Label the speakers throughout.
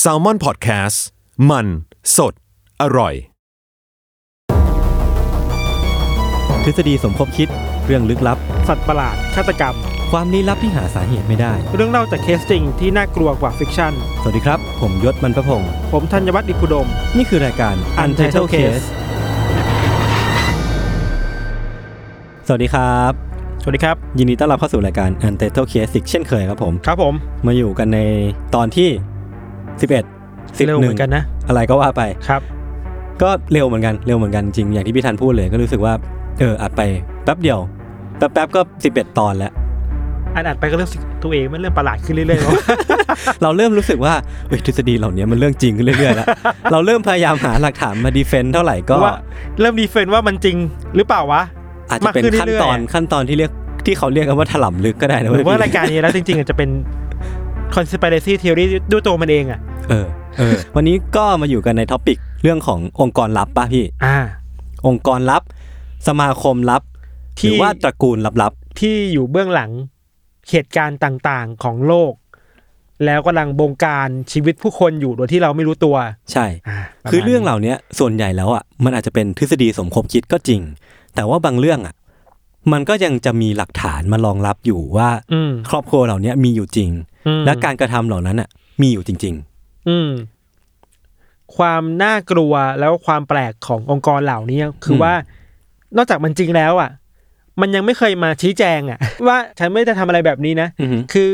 Speaker 1: แซลมอนพอดแคสต์มันสดอร่อย
Speaker 2: ทฤษฎีสมคบคิดเรื่องลึกลับ
Speaker 3: สัตว์ประหลาดฆาตกรรม
Speaker 2: ความลี้ลับที่หาสาเหตุไม่ได้
Speaker 3: เรื่องเล่าจากเคสจริงที่น่ากลัวกว่าฟิกชั่น
Speaker 2: สวัสดีครับ ผมยศมันประพงศ์
Speaker 3: ผมธัญวัฒน์อิพุดม
Speaker 2: นี่คือรายการ Untitled Case สวัสดีครับ
Speaker 3: สวัสดีครับ
Speaker 2: ยินดีต้อนรับเข้าสู่รายการ Untitled Case อีกเช่นเคยครับผม
Speaker 3: ครับผม
Speaker 2: มาอยู่กันในตอนที่ 11
Speaker 3: เร็วเหมือนกันนะ
Speaker 2: 11อะไรก็ว่าไป
Speaker 3: ครับ
Speaker 2: ก็เร็วเหมือนกันเร็วเหมือนกันจริงอย่างที่พี่ธันพูดเลยก็รู้สึกว่าเอออัดไปแป๊บเดียวแป๊บๆก็ 11 ตอนแล้ว
Speaker 3: อันอัดไปก็เริ่มรู้สึกตัวเองมันเริ่มประหลาดขึ้นเรื่อยๆแล้ว
Speaker 2: เราเริ่มรู้สึกว่าเฮ้ยทฤษฎีเหล่านี้มันเรื่องจริงขึ้นเรื่อยๆแล้ว เราเริ่มพยายามหาหลักฐานมาดีเฟนต์เท่าไหร่ก็
Speaker 3: ว่า เริ่มดีเฟนต์ว่ามันจริงหรือเปล่าวะ
Speaker 2: อาจจะเป็น
Speaker 3: มากขึ้น
Speaker 2: ขั้น
Speaker 3: เรื่อยๆ
Speaker 2: ตอนขั้นตอนที่เรียกที่เขาเรียกกันว่าถล่มลึกก็ได้นะ
Speaker 3: หรือว่า
Speaker 2: พี่
Speaker 3: รายการนี้แล้วจริงๆอาจจะเป็น conspiracy theory ด้วยตัวมันเองอ่ะ
Speaker 2: เออเออ วันนี้ก็มาอยู่กันในท็อปิกเรื่องขององค์กรลับป่ะพี่
Speaker 3: อ่า
Speaker 2: องค์กรลับ สมาคมลับห
Speaker 3: ที่
Speaker 2: รือว่าตระกูลลับ
Speaker 3: ที่อยู่เบื้องหลังเหตุการณ์ต่างๆของโลก แล้วกำลังบงการชีวิตผู้คนอยู่โดยที่เราไม่รู้ตัว
Speaker 2: ๆใช่
Speaker 3: อ่าประมาณ
Speaker 2: คือเรื่องเหล่าเนี้ยส่วนใหญ่แล้วอ่ะมันอาจจะเป็นทฤษฎีสมคบคิดก็จริง แต่ว่าบางเรื่องอ่ะมันก็ยังจะมีหลักฐานมารองรับอยู่ว่า
Speaker 3: อืม
Speaker 2: ครอบครัวเหล่าเนี้ยมีอยู่จริง
Speaker 3: อืม
Speaker 2: และการกระทำเหล่านั้นอ่ะมีอยู่จริง
Speaker 3: อืม ความน่ากลัวแล้วความแปลกขององค์กรเหล่านี้คืออ
Speaker 2: ม
Speaker 3: ว่า นอกจากมันจริงแล้ว อ่ะ มันยังไม่เคยมาชี้แจง อ่ะ ว่าฉันไม่ได้ทำอะไรแบบนี้นะ
Speaker 2: ๆอือฮึ
Speaker 3: คือ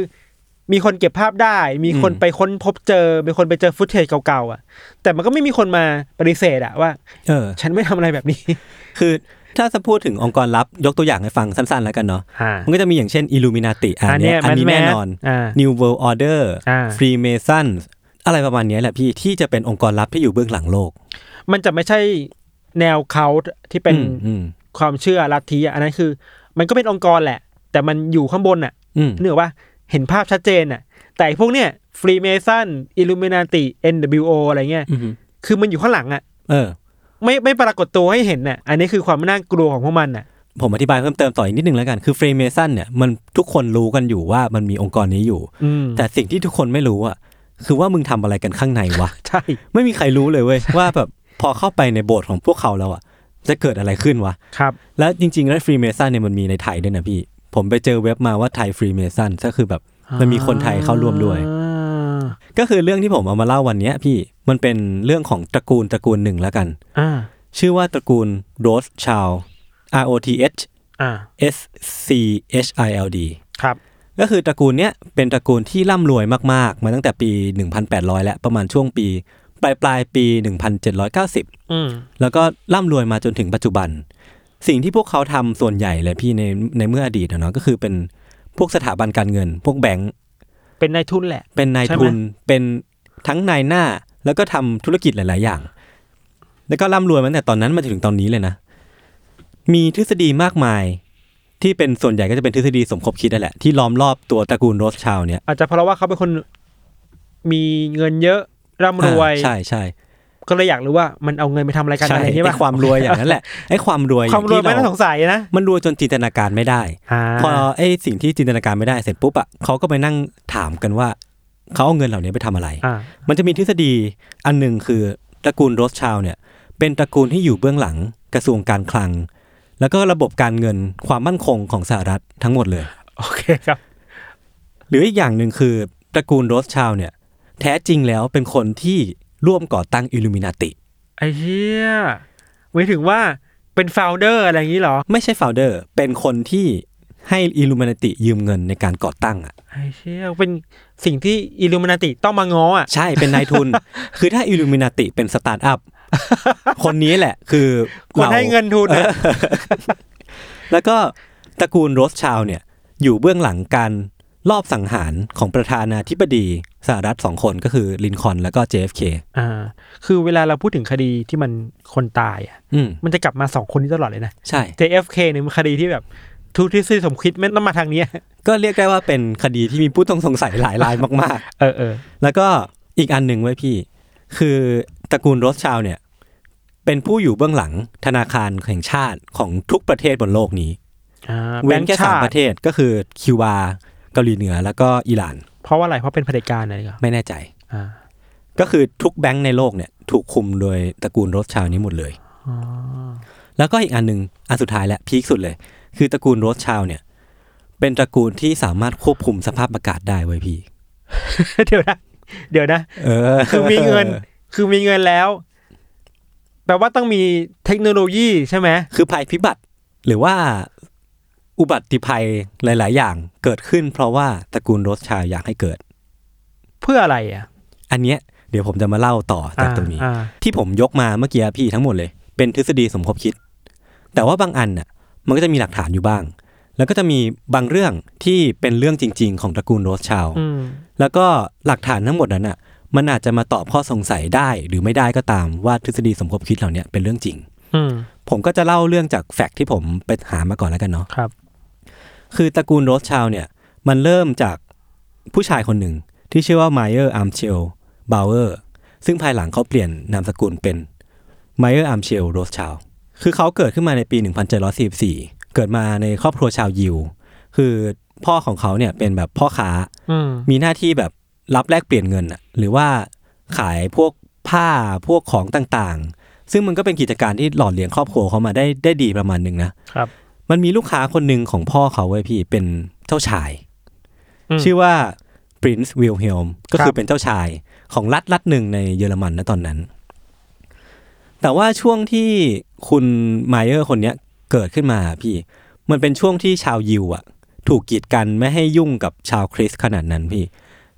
Speaker 3: มีคนเก็บภาพได้ มีคน
Speaker 2: อืม
Speaker 3: ไปค้นพบเจอ มีคนไปเจอฟุตเทจเก่าๆอ่ะ แต่มันก็ไม่มีคนมาปฏิเสธอ่ะว่า
Speaker 2: เออ
Speaker 3: ฉันไม่ทำอะไรแบบนี้
Speaker 2: คือถ้าจะพูดถึงองค์กรลับยกตัวอย่างให้ฟังสั้นๆแล้วกันเนาะ
Speaker 3: อ่า
Speaker 2: มันก็จะมี อย่างเช่น Illuminati อันเนี้ยอันนี้แน่นอน
Speaker 3: อ่า
Speaker 2: New World Order
Speaker 3: อ่า
Speaker 2: Freemason อะไรประมาณเนี้ยแหละพี่ที่จะเป็นองค์กรลับที่อยู่เบื้องหลังโลก
Speaker 3: มันจะไม่ใช่แนวเขาที่เป็น
Speaker 2: อืมอืม
Speaker 3: ความเชื่อลัทธิอะอันนั้นคือ มันก็เป็นองค์กรแหละ แต่มันอยู่ข้างบนอ่ะ
Speaker 2: อืม
Speaker 3: เนื่อว่าเห็นภาพชัดเจนน่ะ แต่ไอ้พวกเนี้ยฟรีเมสันอิลูมินาติ NWO อะไรเงี้ย
Speaker 2: อืม
Speaker 3: คือมันอยู่ข้างหลังอ่ะ
Speaker 2: เออ
Speaker 3: ไม่ไม่ปรากฏตัวให้เห็นน่ะ อันนี้คือความน่ากลัวของพวกมันน่ะ
Speaker 2: ผมอธิบายเพิ่มเติมต่ออีกนิดนึงแล้วกัน คือ Freemason เนี่ยมันทุกคนรู้กันอยู่ว่ามันมีองค์กรนี้อยู่
Speaker 3: อืม
Speaker 2: แต่สิ่งที่ทุกคนไม่รู้อ่ะคือว่ามึงทำอะไรกันข้างในวะ
Speaker 3: ใช่
Speaker 2: ไม่มีใครรู้เลยเว้ย ว่าแบบพอเข้าไปในโบสถ์ของพวกเขาแล้วอ่ะจะเกิดอะไรขึ้นวะ
Speaker 3: ครับ
Speaker 2: แล้วจริงๆ แล้วฟรีเมซันเนี่ยมันมีในไทยด้วยนะพี่ ผมไปเจอเว็บมาว่าไทยฟรีเมซันก็คือแบบมันมีคนไทยเข้าร่วมด้วย
Speaker 3: อ่า
Speaker 2: ก็คือเรื่องที่ผมเอามาเล่าวันเนี้ยพี่มันเป็นเรื่องของตระกูลตระกูลหนึ่งแล้วกัน
Speaker 3: อ่า
Speaker 2: ชื่อว่าตระกูลโรสชา l R O T H
Speaker 3: อ่า
Speaker 2: S C H I L D
Speaker 3: ครับ
Speaker 2: ก็คือตระกูลเนี้ยเป็นตระกูลที่ร่ำรวยมากๆ มาตั้งแต่ปี 1800 แล้วประมาณช่วงปี ปลายปลายๆปี 1790
Speaker 3: อืม
Speaker 2: แล้วก็ร่ำรวยมาจนถึงปัจจุบัน สิ่งที่พวกเขาทำส่วนใหญ่เลยพี่ในในเมื่ออดีตอะเนาะก็คือเป็นพวกสถาบันการเงิน พวกแบงก์
Speaker 3: เป็นนายทุนแหละ
Speaker 2: เป็นนาย
Speaker 3: ใช่ไหม
Speaker 2: ทุนเป็นทั้งนายหน้า แล้วก็ทำธุรกิจหลาย ๆ อย่าง แล้วก็ร่ำรวยมาตั้งแต่ตอนนั้นมาจนถึงตอนนี้เลยนะ มีทฤษฎีมากมาย ที่เป็นส่วนใหญ่ก็จะเป็นทฤษฎีสมคบคิดนั่นแหละที่ล้อมรอบตัวตระกูลโรสชาวด์เนี่ย
Speaker 3: อาจจะเพราะว่าเขาเป็นคนมีเงินเยอะ ร่ำรวย
Speaker 2: อ่าใช่ใช่
Speaker 3: ก็เลยอยากรู้ว่ามันเอาเงินไปทำอะไรกัน
Speaker 2: ใช่
Speaker 3: อะไรเงี้ย
Speaker 2: ไอ้
Speaker 3: ป่ะ
Speaker 2: ความรวยอย่างนั้นแหละไอ้ความรวยอ
Speaker 3: ความรวย
Speaker 2: ที่
Speaker 3: ไม่น่า
Speaker 2: เ
Speaker 3: สงสัยนะ
Speaker 2: มันรวยจนจินตนาการไม่ได้
Speaker 3: อ่า
Speaker 2: พอไอ้สิ่งที่จินตนาการไม่ได้เสร็จปุ๊บอ่ะเขาก็ไปนั่งถามกันว่าเขาเอาเงินเหล่านี้ไปทำอะไร
Speaker 3: อ่า
Speaker 2: มันจะมีทฤษฎีอันหนึ่งคือตระกูลโรสชาวด์เนี่ย เป็นตระกูลที่อยู่เบื้องหลังกระทรวงการคลัง แล้วก็ระบบการเงินความมั่นคงของสหรัฐทั้งหมดเลย
Speaker 3: โอเคครับ
Speaker 2: หรืออีกอย่างหนึ่งคือตระกูลโรสชาวด์เนี่ย แท้จริงแล้วเป็นคนที่ร่วมก่อตั้งอิลูมินาติ
Speaker 3: ไอ้เหี้ยหมายถึงว่าเป็นโฟลเดอร์อะไรอย่างนี้เหรอ
Speaker 2: ไม่ใช่โฟลเดอร์ เป็นคนที่ให้อิลูมินาติยืมเงินในการก่อตั้งอ่ะ
Speaker 3: ไอ้เชี่ยเป็นสิ่งที่อิลูมินาติต้องมาง้ออ่ะ
Speaker 2: ใช่ เป็นนายทุน คือถ้าอิลูมินาติเป็นสตาร์ทอัพ คนนี้แหละคือ
Speaker 3: คน
Speaker 2: รา
Speaker 3: ให้เงินทุน
Speaker 2: เออ
Speaker 3: นะ
Speaker 2: แล้วก็ตระกูลโรสชาวด์เนี่ย อยู่เบื้องหลังการลอบสังหารของประธานาธิบดีสหรัฐสองคนก็คือลินคอล์นแล้วก็ JFK
Speaker 3: อ่า คือเวลาเราพูดถึงคดีที่มันคนตายอ่ะ
Speaker 2: อืม
Speaker 3: มันจะกลับมาสองคนนี้ตลอดเลยนะ
Speaker 2: ใช่
Speaker 3: JFK เนี่ยมันคดีที่แบบทุกทฤษฎีสมคิดไม่ต้องมาทางเนี้ย
Speaker 2: ก็เรียกได้ว่าเป็นคดีที่มีผู้ต้องสงสัยหลายรายมาก ๆ
Speaker 3: เออเออ
Speaker 2: แล้วก็อีกอันหนึ่งไว้ยพี่ คือตระกูลโรสชาวด์เนี่ย เป็นผู้อยู่เบื้องหลังธนาคารแห่งชาติของทุกประเทศบนโลกนี้
Speaker 3: อ่า
Speaker 2: เว้นแค่
Speaker 3: บงก์
Speaker 2: สาม
Speaker 3: ติ
Speaker 2: ประเทศก็คือคิวบาเกาหลีเหนือแล้วก็อิหร่าน
Speaker 3: เพราะว่าอะไรเพราะเป็นเผด็จการอะไรก็
Speaker 2: ไม่แน่ใจ
Speaker 3: อ่า
Speaker 2: ก็คือทุกแบงก์ในโลกเนี่ยถูกคุมโดยตระกูลโรสชาวนี้หมดเลย
Speaker 3: อ๋อ
Speaker 2: แล้วก็อีกอันหนึ่งอันสุดท้ายและพีคสุดเลย คือตระกูลโรสชาวเนี่ย เป็นตระกูลที่สามารถควบคุมสภาพอากาศได้ไว้ยพี่
Speaker 3: เดี๋ยวนะเดี๋ยวนะ
Speaker 2: เออ
Speaker 3: คือมีเงิน คือมีเงินแล้ว แปลว่าต้องมีเทคโนโลยีใช่ไหม
Speaker 2: คือภัยพิบัติ หรือว่าอุบัติภัยหลาย ๆ อย่างเกิดขึ้น เพราะว่าตระกูลโรสชาวอยากให้เกิด
Speaker 3: เพื่ออะไรอ่ะ
Speaker 2: อันเนี้ยเดี๋ยวผมจะมาเล่าต่อจากตรงนี้
Speaker 3: อ่า
Speaker 2: ที่ผมยกมาเมื่อกี้พี่ทั้งหมดเลย เป็นทฤษฎีสมคบคิด แต่ว่าบางอันน่ะ มันก็จะมีหลักฐานอยู่บ้าง แล้วก็จะมีบางเรื่องที่เป็นเรื่องจริง ๆ ของตระกูลโรสชาวด์
Speaker 3: อืม
Speaker 2: แล้วก็หลักฐานทั้งหมดนั้นน่ะ มันอาจจะมาตอบข้อสงสัยได้หรือไม่ได้ก็ตามว่าทฤษฎีสมคบคิดเหล่าเนี้ยเป็นเรื่องจริง
Speaker 3: อืม
Speaker 2: ผมก็จะเล่าเรื่องจากแฟกต์ที่ผมไปหามาก่อนแล้วกันเนาะ
Speaker 3: ครับ
Speaker 2: คือตระกูลโรสชาวด์เนี่ย มันเริ่มจากผู้ชายคนหนึ่งที่ชื่อว่าไมเออร์อาร์มเชลบาวเออร์ซึ่งภายหลังเขาเปลี่ยนนามสกุลเป็นไมเออร์อาร์มเชลโรสชาวด์คือเขาเกิดขึ้นมาในปี 1744 เกิดมาในครอบครัวชาวยิว คือพ่อของเขาเนี่ยเป็นแบบพ่อค้า
Speaker 3: อืม
Speaker 2: มีหน้าที่แบบรับแลกเปลี่ยนเงินน่ะหรือว่าขายพวกผ้าพวกของต่างๆ ซึ่งมันก็เป็นกิจการที่หล่อเลี้ยงครอบครัวเขามาได้ได้ดีประมาณหนึ่งนะ
Speaker 3: ครับ
Speaker 2: มันมีลูกค้าคนหนึ่งของพ่อเขาเว้ยพี่เป็นเจ้าชาย
Speaker 3: ม
Speaker 2: ชื่อว่า Prince Wilhelm ก็
Speaker 3: ครับ
Speaker 2: คือเป็นเจ้าชายของรัฐรัฐหนึ่งในเยอรมันนะตอนนั้น แต่ว่าช่วงที่คุณไมเออร์คนเนี้ยเกิดขึ้นมาพี่ มันเป็นช่วงที่ชาวยิวอะถูกกีดกันไม่ให้ยุ่งกับชาวคริสต์ขนาดนั้นพี่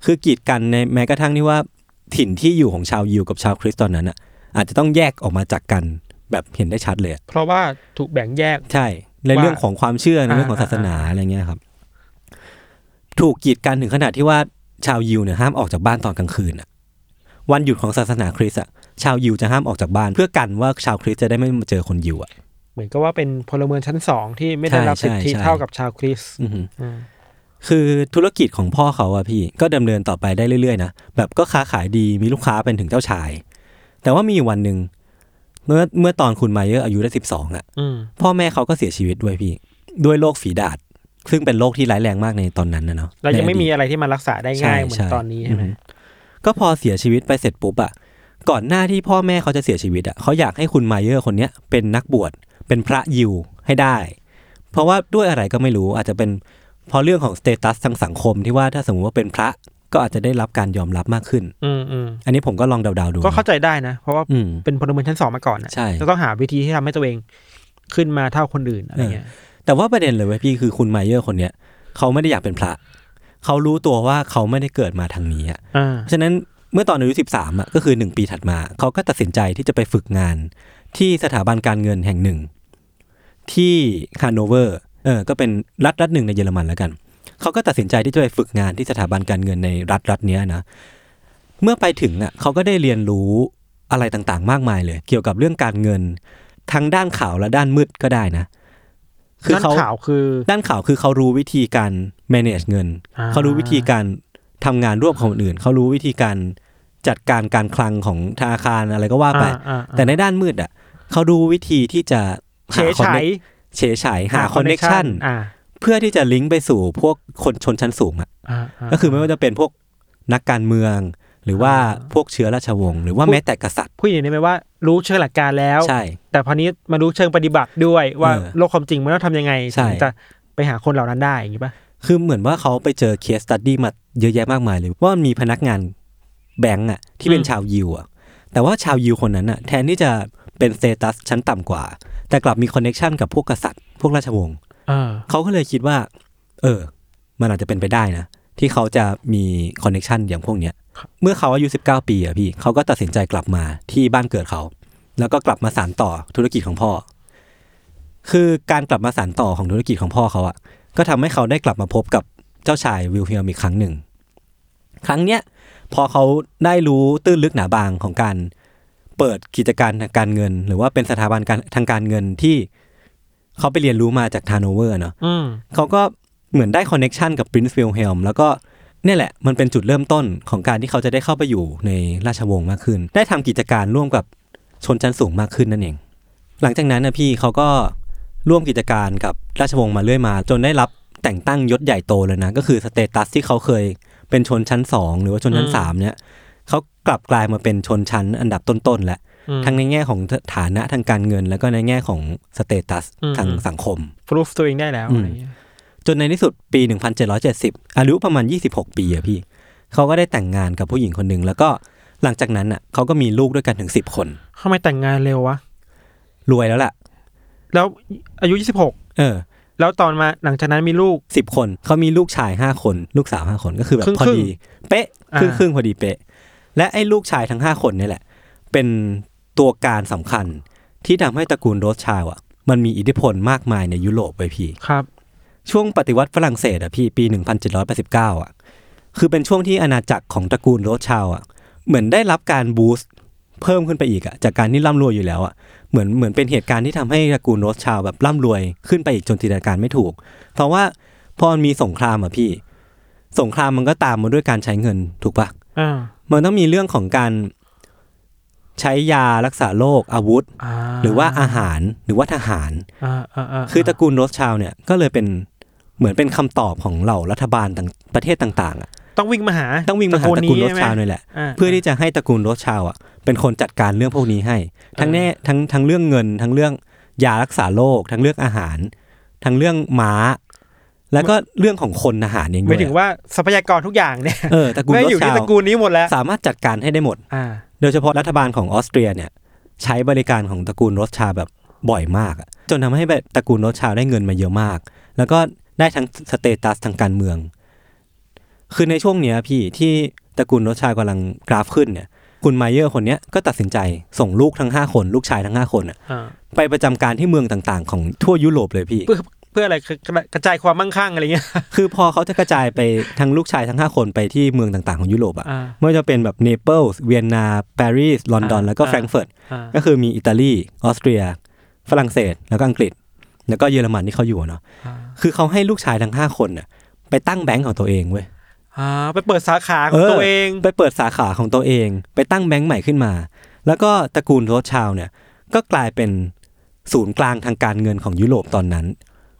Speaker 2: คือกีดกันในแม้กระทั่งที่ว่าถิ่นที่อยู่ของชาวยิวกับชาวคริสต์ตอนนั้นอะอาจจะต้องแยกออกมาจากกันแบบเห็นได้ชัดเลยอะ
Speaker 3: เพราะว่าถูกแบ่งแยก
Speaker 2: ใช่ ในเรื่อง
Speaker 3: ว่า
Speaker 2: ของความเชื่อในเรื่องของศาสนาอะไรเงี้ยครับ ถูกกีดกันถึงขนาดที่ว่าชาวยิวเนี่ยห้ามออกจากบ้านตอนกลางคืนอะวันหยุดของศาสนาคริสต์อะชาวยิวจะห้ามออกจากบ้าน เพื่อกันว่าชาวคริสต์จะได้ไม่มาเจอคนยิวอะ
Speaker 3: เหมือนกับว่าเป็นพลเมืองชั้นสองที่ไม่ได้รับ
Speaker 2: ใช่
Speaker 3: สิทธิ
Speaker 2: ใช่
Speaker 3: เท่ากับชาวคริสต์
Speaker 2: อือหือ
Speaker 3: อืม
Speaker 2: คือธุรกิจของพ่อเขาอะพี่ก็ดำเนินต่อไปได้เรื่อยๆนะแบบก็ค้าขายดีมีลูกค้าเป็นถึงเจ้าชาย แต่ว่ามีอยู่วันหนึ่งเมื่อเมื่อตอนคุณไมเยอร์อายุได้สิบสองอะ
Speaker 3: อืม
Speaker 2: พ่อแม่เขาก็เสียชีวิตด้วยพี่ ด้วยโรคฝีดาษซึ่งเป็นโรคที่ร้ายแรงมากในตอนนั้นนะเนาะ
Speaker 3: เรายังไม่
Speaker 2: ในอ
Speaker 3: มี
Speaker 2: ดีต
Speaker 3: อะไรที่มันรักษาได้ง่าย
Speaker 2: ใช่
Speaker 3: เหมือ
Speaker 2: ใช่
Speaker 3: นตอนนี้ใช่ไหม
Speaker 2: ก็พอเสียชีวิตไปเสร็จปุ๊บอะก่อนหน้าที่พ่อแม่เขาจะเสียชีวิตอะเขาอยากให้คุณไมเยอร์คนเนี้ยเป็นนักบวชเป็นพระยิวให้ได้ เพราะว่าด้วยอะไรก็ไม่รู้อาจจะเป็นเพราะเรื่องของสเตตัสทางสังคมที่ว่าถ้าสมมติว่าเป็นพระก็อาจจะได้รับการยอมรับมากขึ้น
Speaker 3: อืมอืม
Speaker 2: อันนี้ผมก็ลองเดาๆดู
Speaker 3: ก็เข้าใจได้นะ เพราะว่า
Speaker 2: อืม
Speaker 3: เป็นพลเมืองชั้นสองมาก่อนอะ
Speaker 2: ใช่
Speaker 3: จะต้องหาวิธีที่ทำให้ตัวเองขึ้นมาเท่าคนอื่นอะไรเงี้ย
Speaker 2: แต่ว่าประเด็นเลยเว้ยพี่คือคุณไมเยอร์คนเนี้ยเขาไม่ได้อยากเป็นพระเขารู้ตัวว่าเขาไม่ได้เกิดมาทางนี้อะ
Speaker 3: อ่า
Speaker 2: เพราะฉะนั้นเมื่อตอนอายุ13อ่ะก็คือ 1 ปีถัดมา เขาก็ตัดสินใจที่จะไปฝึกงาน ที่สถาบันการเงินแห่งหนึ่ง ที่ฮานโนเวอร์เออก็เป็นรัฐรัฐหนึ่งในเยอรมันแล้วกัน เขาก็ตัดสินใจที่จะไปฝึกงานที่สถาบันการเงินในรัฐรัฐเนี้ยนะเมื่อไปถึงอ่ะเขาก็ได้เรียนรู้อะไรต่างๆ มากมายเลย เกี่ยวกับเรื่องการเงิน ทั้งด้านขาวและด้านมืดก็ได้นะ
Speaker 3: ด้าน
Speaker 2: เขา
Speaker 3: ข่าวคือ
Speaker 2: ด้านข่าวคือเขารู้วิธีการ manage เงิน
Speaker 3: อ่า
Speaker 2: เขารู้วิธีการทำงานร่วมกับคนอื่น เขารู้วิธีการจัดการการคลังของธนาคารอะไรก็ว่าไป
Speaker 3: อ่าอ่า
Speaker 2: แต่ในด้านมืดอ่ะ เขารู้วิธีที่จะ
Speaker 3: เฉ
Speaker 2: หายคอน
Speaker 3: ไฉ
Speaker 2: เนคเฉยฉายหาคอนเน t ชัน
Speaker 3: อ่า
Speaker 2: เพื่อที่จะลิงก์ไปสู่พวกคนชนชั้นสูงอ่ะ
Speaker 3: อ่าา
Speaker 2: ก็คือไม่ว่าจะเป็นพวกนักการเมือง หรือว่าพวกเชื้อราชวงศ์หรือว่าแม้แต่กษัตริย์
Speaker 3: ผู้หญิงนี่ไหมว่ารู้เชิงหลักการแล้ว
Speaker 2: ใช่
Speaker 3: แต่พอนี้มารู้เชิงปฏิบัติด้วยว่า
Speaker 2: เออ
Speaker 3: โลกความจริงมันต้องทำยังไง
Speaker 2: ใช่
Speaker 3: ถึงจะไปหาคนเหล่านั้นได้อย่างนี้ป่ะ
Speaker 2: คือเหมือนว่าเขาไปเจอเคสตัดดี้มาเยอะแยะมากมายเลย ว่ามันมีพนักงานแบงก์อ่ะที่เป็นชาวยิวอ่ะแต่ว่าชาวยิวคนนั้นอ่ะแทนที่จะเป็นสเตตัสชั้นต่ำกว่า แต่กลับมีคอนเน็ชันกับพวกกษัตริย์ พวกราชวงศ์
Speaker 3: เออ
Speaker 2: เขาก็เลยคิดว่า เออ มันอาจจะเป็นไปได้นะ ที่เขาจะมีคอนเน็ชันอย่างพวกเนี้ย เมื่อเขาอายุ 19 ปีอ่ะพี่เขาก็ตัดสินใจกลับมาที่บ้านเกิดเขา แล้วก็กลับมาสานต่อธุรกิจของพ่อ คือการกลับมาสานต่อของธุรกิจของพ่อเขาอะก็ทำให้เขาได้กลับมาพบกับเจ้าชายวิลเฮียมอีกครั้งหนึ่ง ครั้งเนี้ยพอเขาได้รู้ตื้นลึกหนาบางของการเปิดกิจการทางการเงิน หรือว่าเป็นสถาบันการทางการเงินที่เขาไปเรียนรู้มาจากทานเวอร์เนาะ
Speaker 3: อืม
Speaker 2: เขาก็เหมือนได้คอนเน็ชันกับ Prince Wilhelm แล้วก็เนี่ยแหละ มันเป็นจุดเริ่มต้นของการที่เขาจะได้เข้าไปอยู่ในราชวงศ์มากขึ้น ได้ทำกิจการร่วมกับชนชั้นสูงมากขึ้นนั่นเอง หลังจากนั้นนะพี่เขาก็ร่วมกิจการกับราชวงศ์มาเรื่อยมา จนได้รับแต่งตั้งยศใหญ่โตเลยนะ ก็คือสเตตัสที่เขาเคยไป เป็นชนชั้นสองหรือว่าชนชั้น
Speaker 3: อืม
Speaker 2: สามเนี่ยเขากลับกลายมาเป็นชนชั้นอันดับต้นๆแหละ ทั้งในแง่ของฐานะทางการเงิน แล้วก็ในแง่ของสเตตัส
Speaker 3: อืม
Speaker 2: ทางสังคม
Speaker 3: พรูฟตัวเองได้แล้ว
Speaker 2: อืม
Speaker 3: อะไรเงี้ย
Speaker 2: จนในที่สุดปี 1770 อายุประมาณ 26 ปีอะพี่ เขาก็ได้แต่งงานกับผู้หญิงคนหนึ่ง แล้วก็หลังจากนั้นอ่ะเขาก็มีลูกด้วยกันถึง 10 คน
Speaker 3: ทำไมแต่งงานเร็ววะ
Speaker 2: รวยแล้วล่ะ
Speaker 3: แล้วอายุ
Speaker 2: เออ
Speaker 3: 26 แล้วตอนมาหลังจากนั้นมีลูก
Speaker 2: 10 คนเขามีลูกชาย 5 คน ลูกสาว 5 คนก็คือแบบพอดี
Speaker 3: ครึ่ง
Speaker 2: เป๊ะ
Speaker 3: อ่า
Speaker 2: ครึ่งครึ่งๆพอดีเป๊ะ และไอ้ลูกชายทั้ง 5 คนเนี่ยแหละ เป็นตัวการสำคัญที่ทำให้ตระกูลโรสชาวด์อ่ะ มันมีอิทธิพลมากมายในยุโรปไปพี่
Speaker 3: ครับ
Speaker 2: ช่วงปฏิวัติฝรั่งเศสอ่ะพี่ปี 1789 อ่ะ คือเป็นช่วงที่อาณาจักรของตระกูลโรสชาวด์อ่ะ เหมือนได้รับการบูสต์เพิ่มขึ้นไปอีกอ่ะ จากการที่ร่ำรวยอยู่แล้วอ่ะ เหมือนเหมือนเป็นเหตุการณ์ที่ทำให้ตระกูลโรสชาวด์แบบร่ำรวยขึ้นไปอีกจนจินตนาการไม่ถูก เพราะว่าพอมันมีสงครามอ่ะพี่ สงครามมันก็ตามมาด้วยการใช้เงินถูกปะ
Speaker 3: อ่า
Speaker 2: มันต้องมีเรื่องของการใช้ยารักษาโรคอาวุธ
Speaker 3: า
Speaker 2: หรือว่าอาหารหรือว่าทหาร
Speaker 3: อ่าอ่าา
Speaker 2: คือตระกูลโรสชาวด์เนี่ยก็เลยเป็นเหมือนเป็นคำตอบของเหล่ารัฐบาลต่างประเทศต่างๆอ่ะ
Speaker 3: ต้องวิ่งมาหา
Speaker 2: ต้องวิ่งมาหาตระกูลโรสชาวด์
Speaker 3: นี้
Speaker 2: นี่แหละ
Speaker 3: ใช่ไหม
Speaker 2: เพื่อที่จะให้ตระกูลโรสชาวด์อ่ะเป็นคนจัดการเรื่องพวกนี้ให้ ทั้งแน่ทั้งทั้งเรื่องเงิน ทั้งเรื่องยารักษาโรคทั้งเรื่องอาหาร ทั้งเรื่องม้า แล้วก็เรื่องของคนอาหารเอง
Speaker 3: ห
Speaker 2: ด้
Speaker 3: มา
Speaker 2: วย ย
Speaker 3: ถึง
Speaker 2: อะ
Speaker 3: ว่าทรัพยากรทุกอย่างเนี่ย
Speaker 2: เออตระกูล
Speaker 3: ไม่
Speaker 2: โร
Speaker 3: อยู่
Speaker 2: ส
Speaker 3: ที่
Speaker 2: ชาว
Speaker 3: ตระกูลนี้หมดแล้ว
Speaker 2: สามารถจัดการให้ได้หมด
Speaker 3: อ่า
Speaker 2: โดยเฉพาะรัฐบาลของออสเตรียเนี่ยใช้บริการของตระกูลโรสชาแบบบ่อยมากอะจนทำให้แบบตระกูลโรสชาได้เงินมาเยอะมาก แล้วก็ได้ทั้งสเตตัสทางการเมือง คือในช่วงเนี้ยพี่ที่ตระกูลโรสชากำลังกราฟขึ้นเนี่ย คุณไมเยอร์คนเนี้ยก็ตัดสินใจส่งลูกทั้ง 5 คนลูกชายทั้ง 5 คนอะ
Speaker 3: อ่า
Speaker 2: ไปประจำการที่เมืองต่างๆ ของทั่วยุโรปเลยพี่
Speaker 3: เพื่อเพื่ออะไรคือกระกระจายความมั่งคั่งอะไรเงี้ย
Speaker 2: คือพอเขาจะกระจายไปทั้งลูกชายทั้ง 5 คนไปที่เมืองต่างๆของยุโรปอะ
Speaker 3: อ่า
Speaker 2: ไม่ว่าจะเป็นแบบเนเปิลส์เวียนนาปารีสลอนดอนแล้วก็
Speaker 3: อ่า
Speaker 2: แฟรงก์เฟิร์ต
Speaker 3: อ่า
Speaker 2: ก็คือมีอิตาลีออสเตรีย ฝรั่งเศส แล้วก็อังกฤษ แล้วก็เยอรมันที่เขาอยู่อะเนาะ
Speaker 3: อ่า
Speaker 2: คือเขาให้ลูกชายทั้งห้าคนน่ะไปตั้งแบงก์ของตัวเองเว้ย
Speaker 3: อ่าไปเปิดสาขาของตัวเอง
Speaker 2: ไปเปิดสาขาของตัวเอง ไปตั้งแบงก์ใหม่ขึ้นมา แล้วก็ตระกูลโรสชาวด์เนี่ยก็กลายเป็นศูนย์กลางทางการเงินของยุโรปตอนนั้น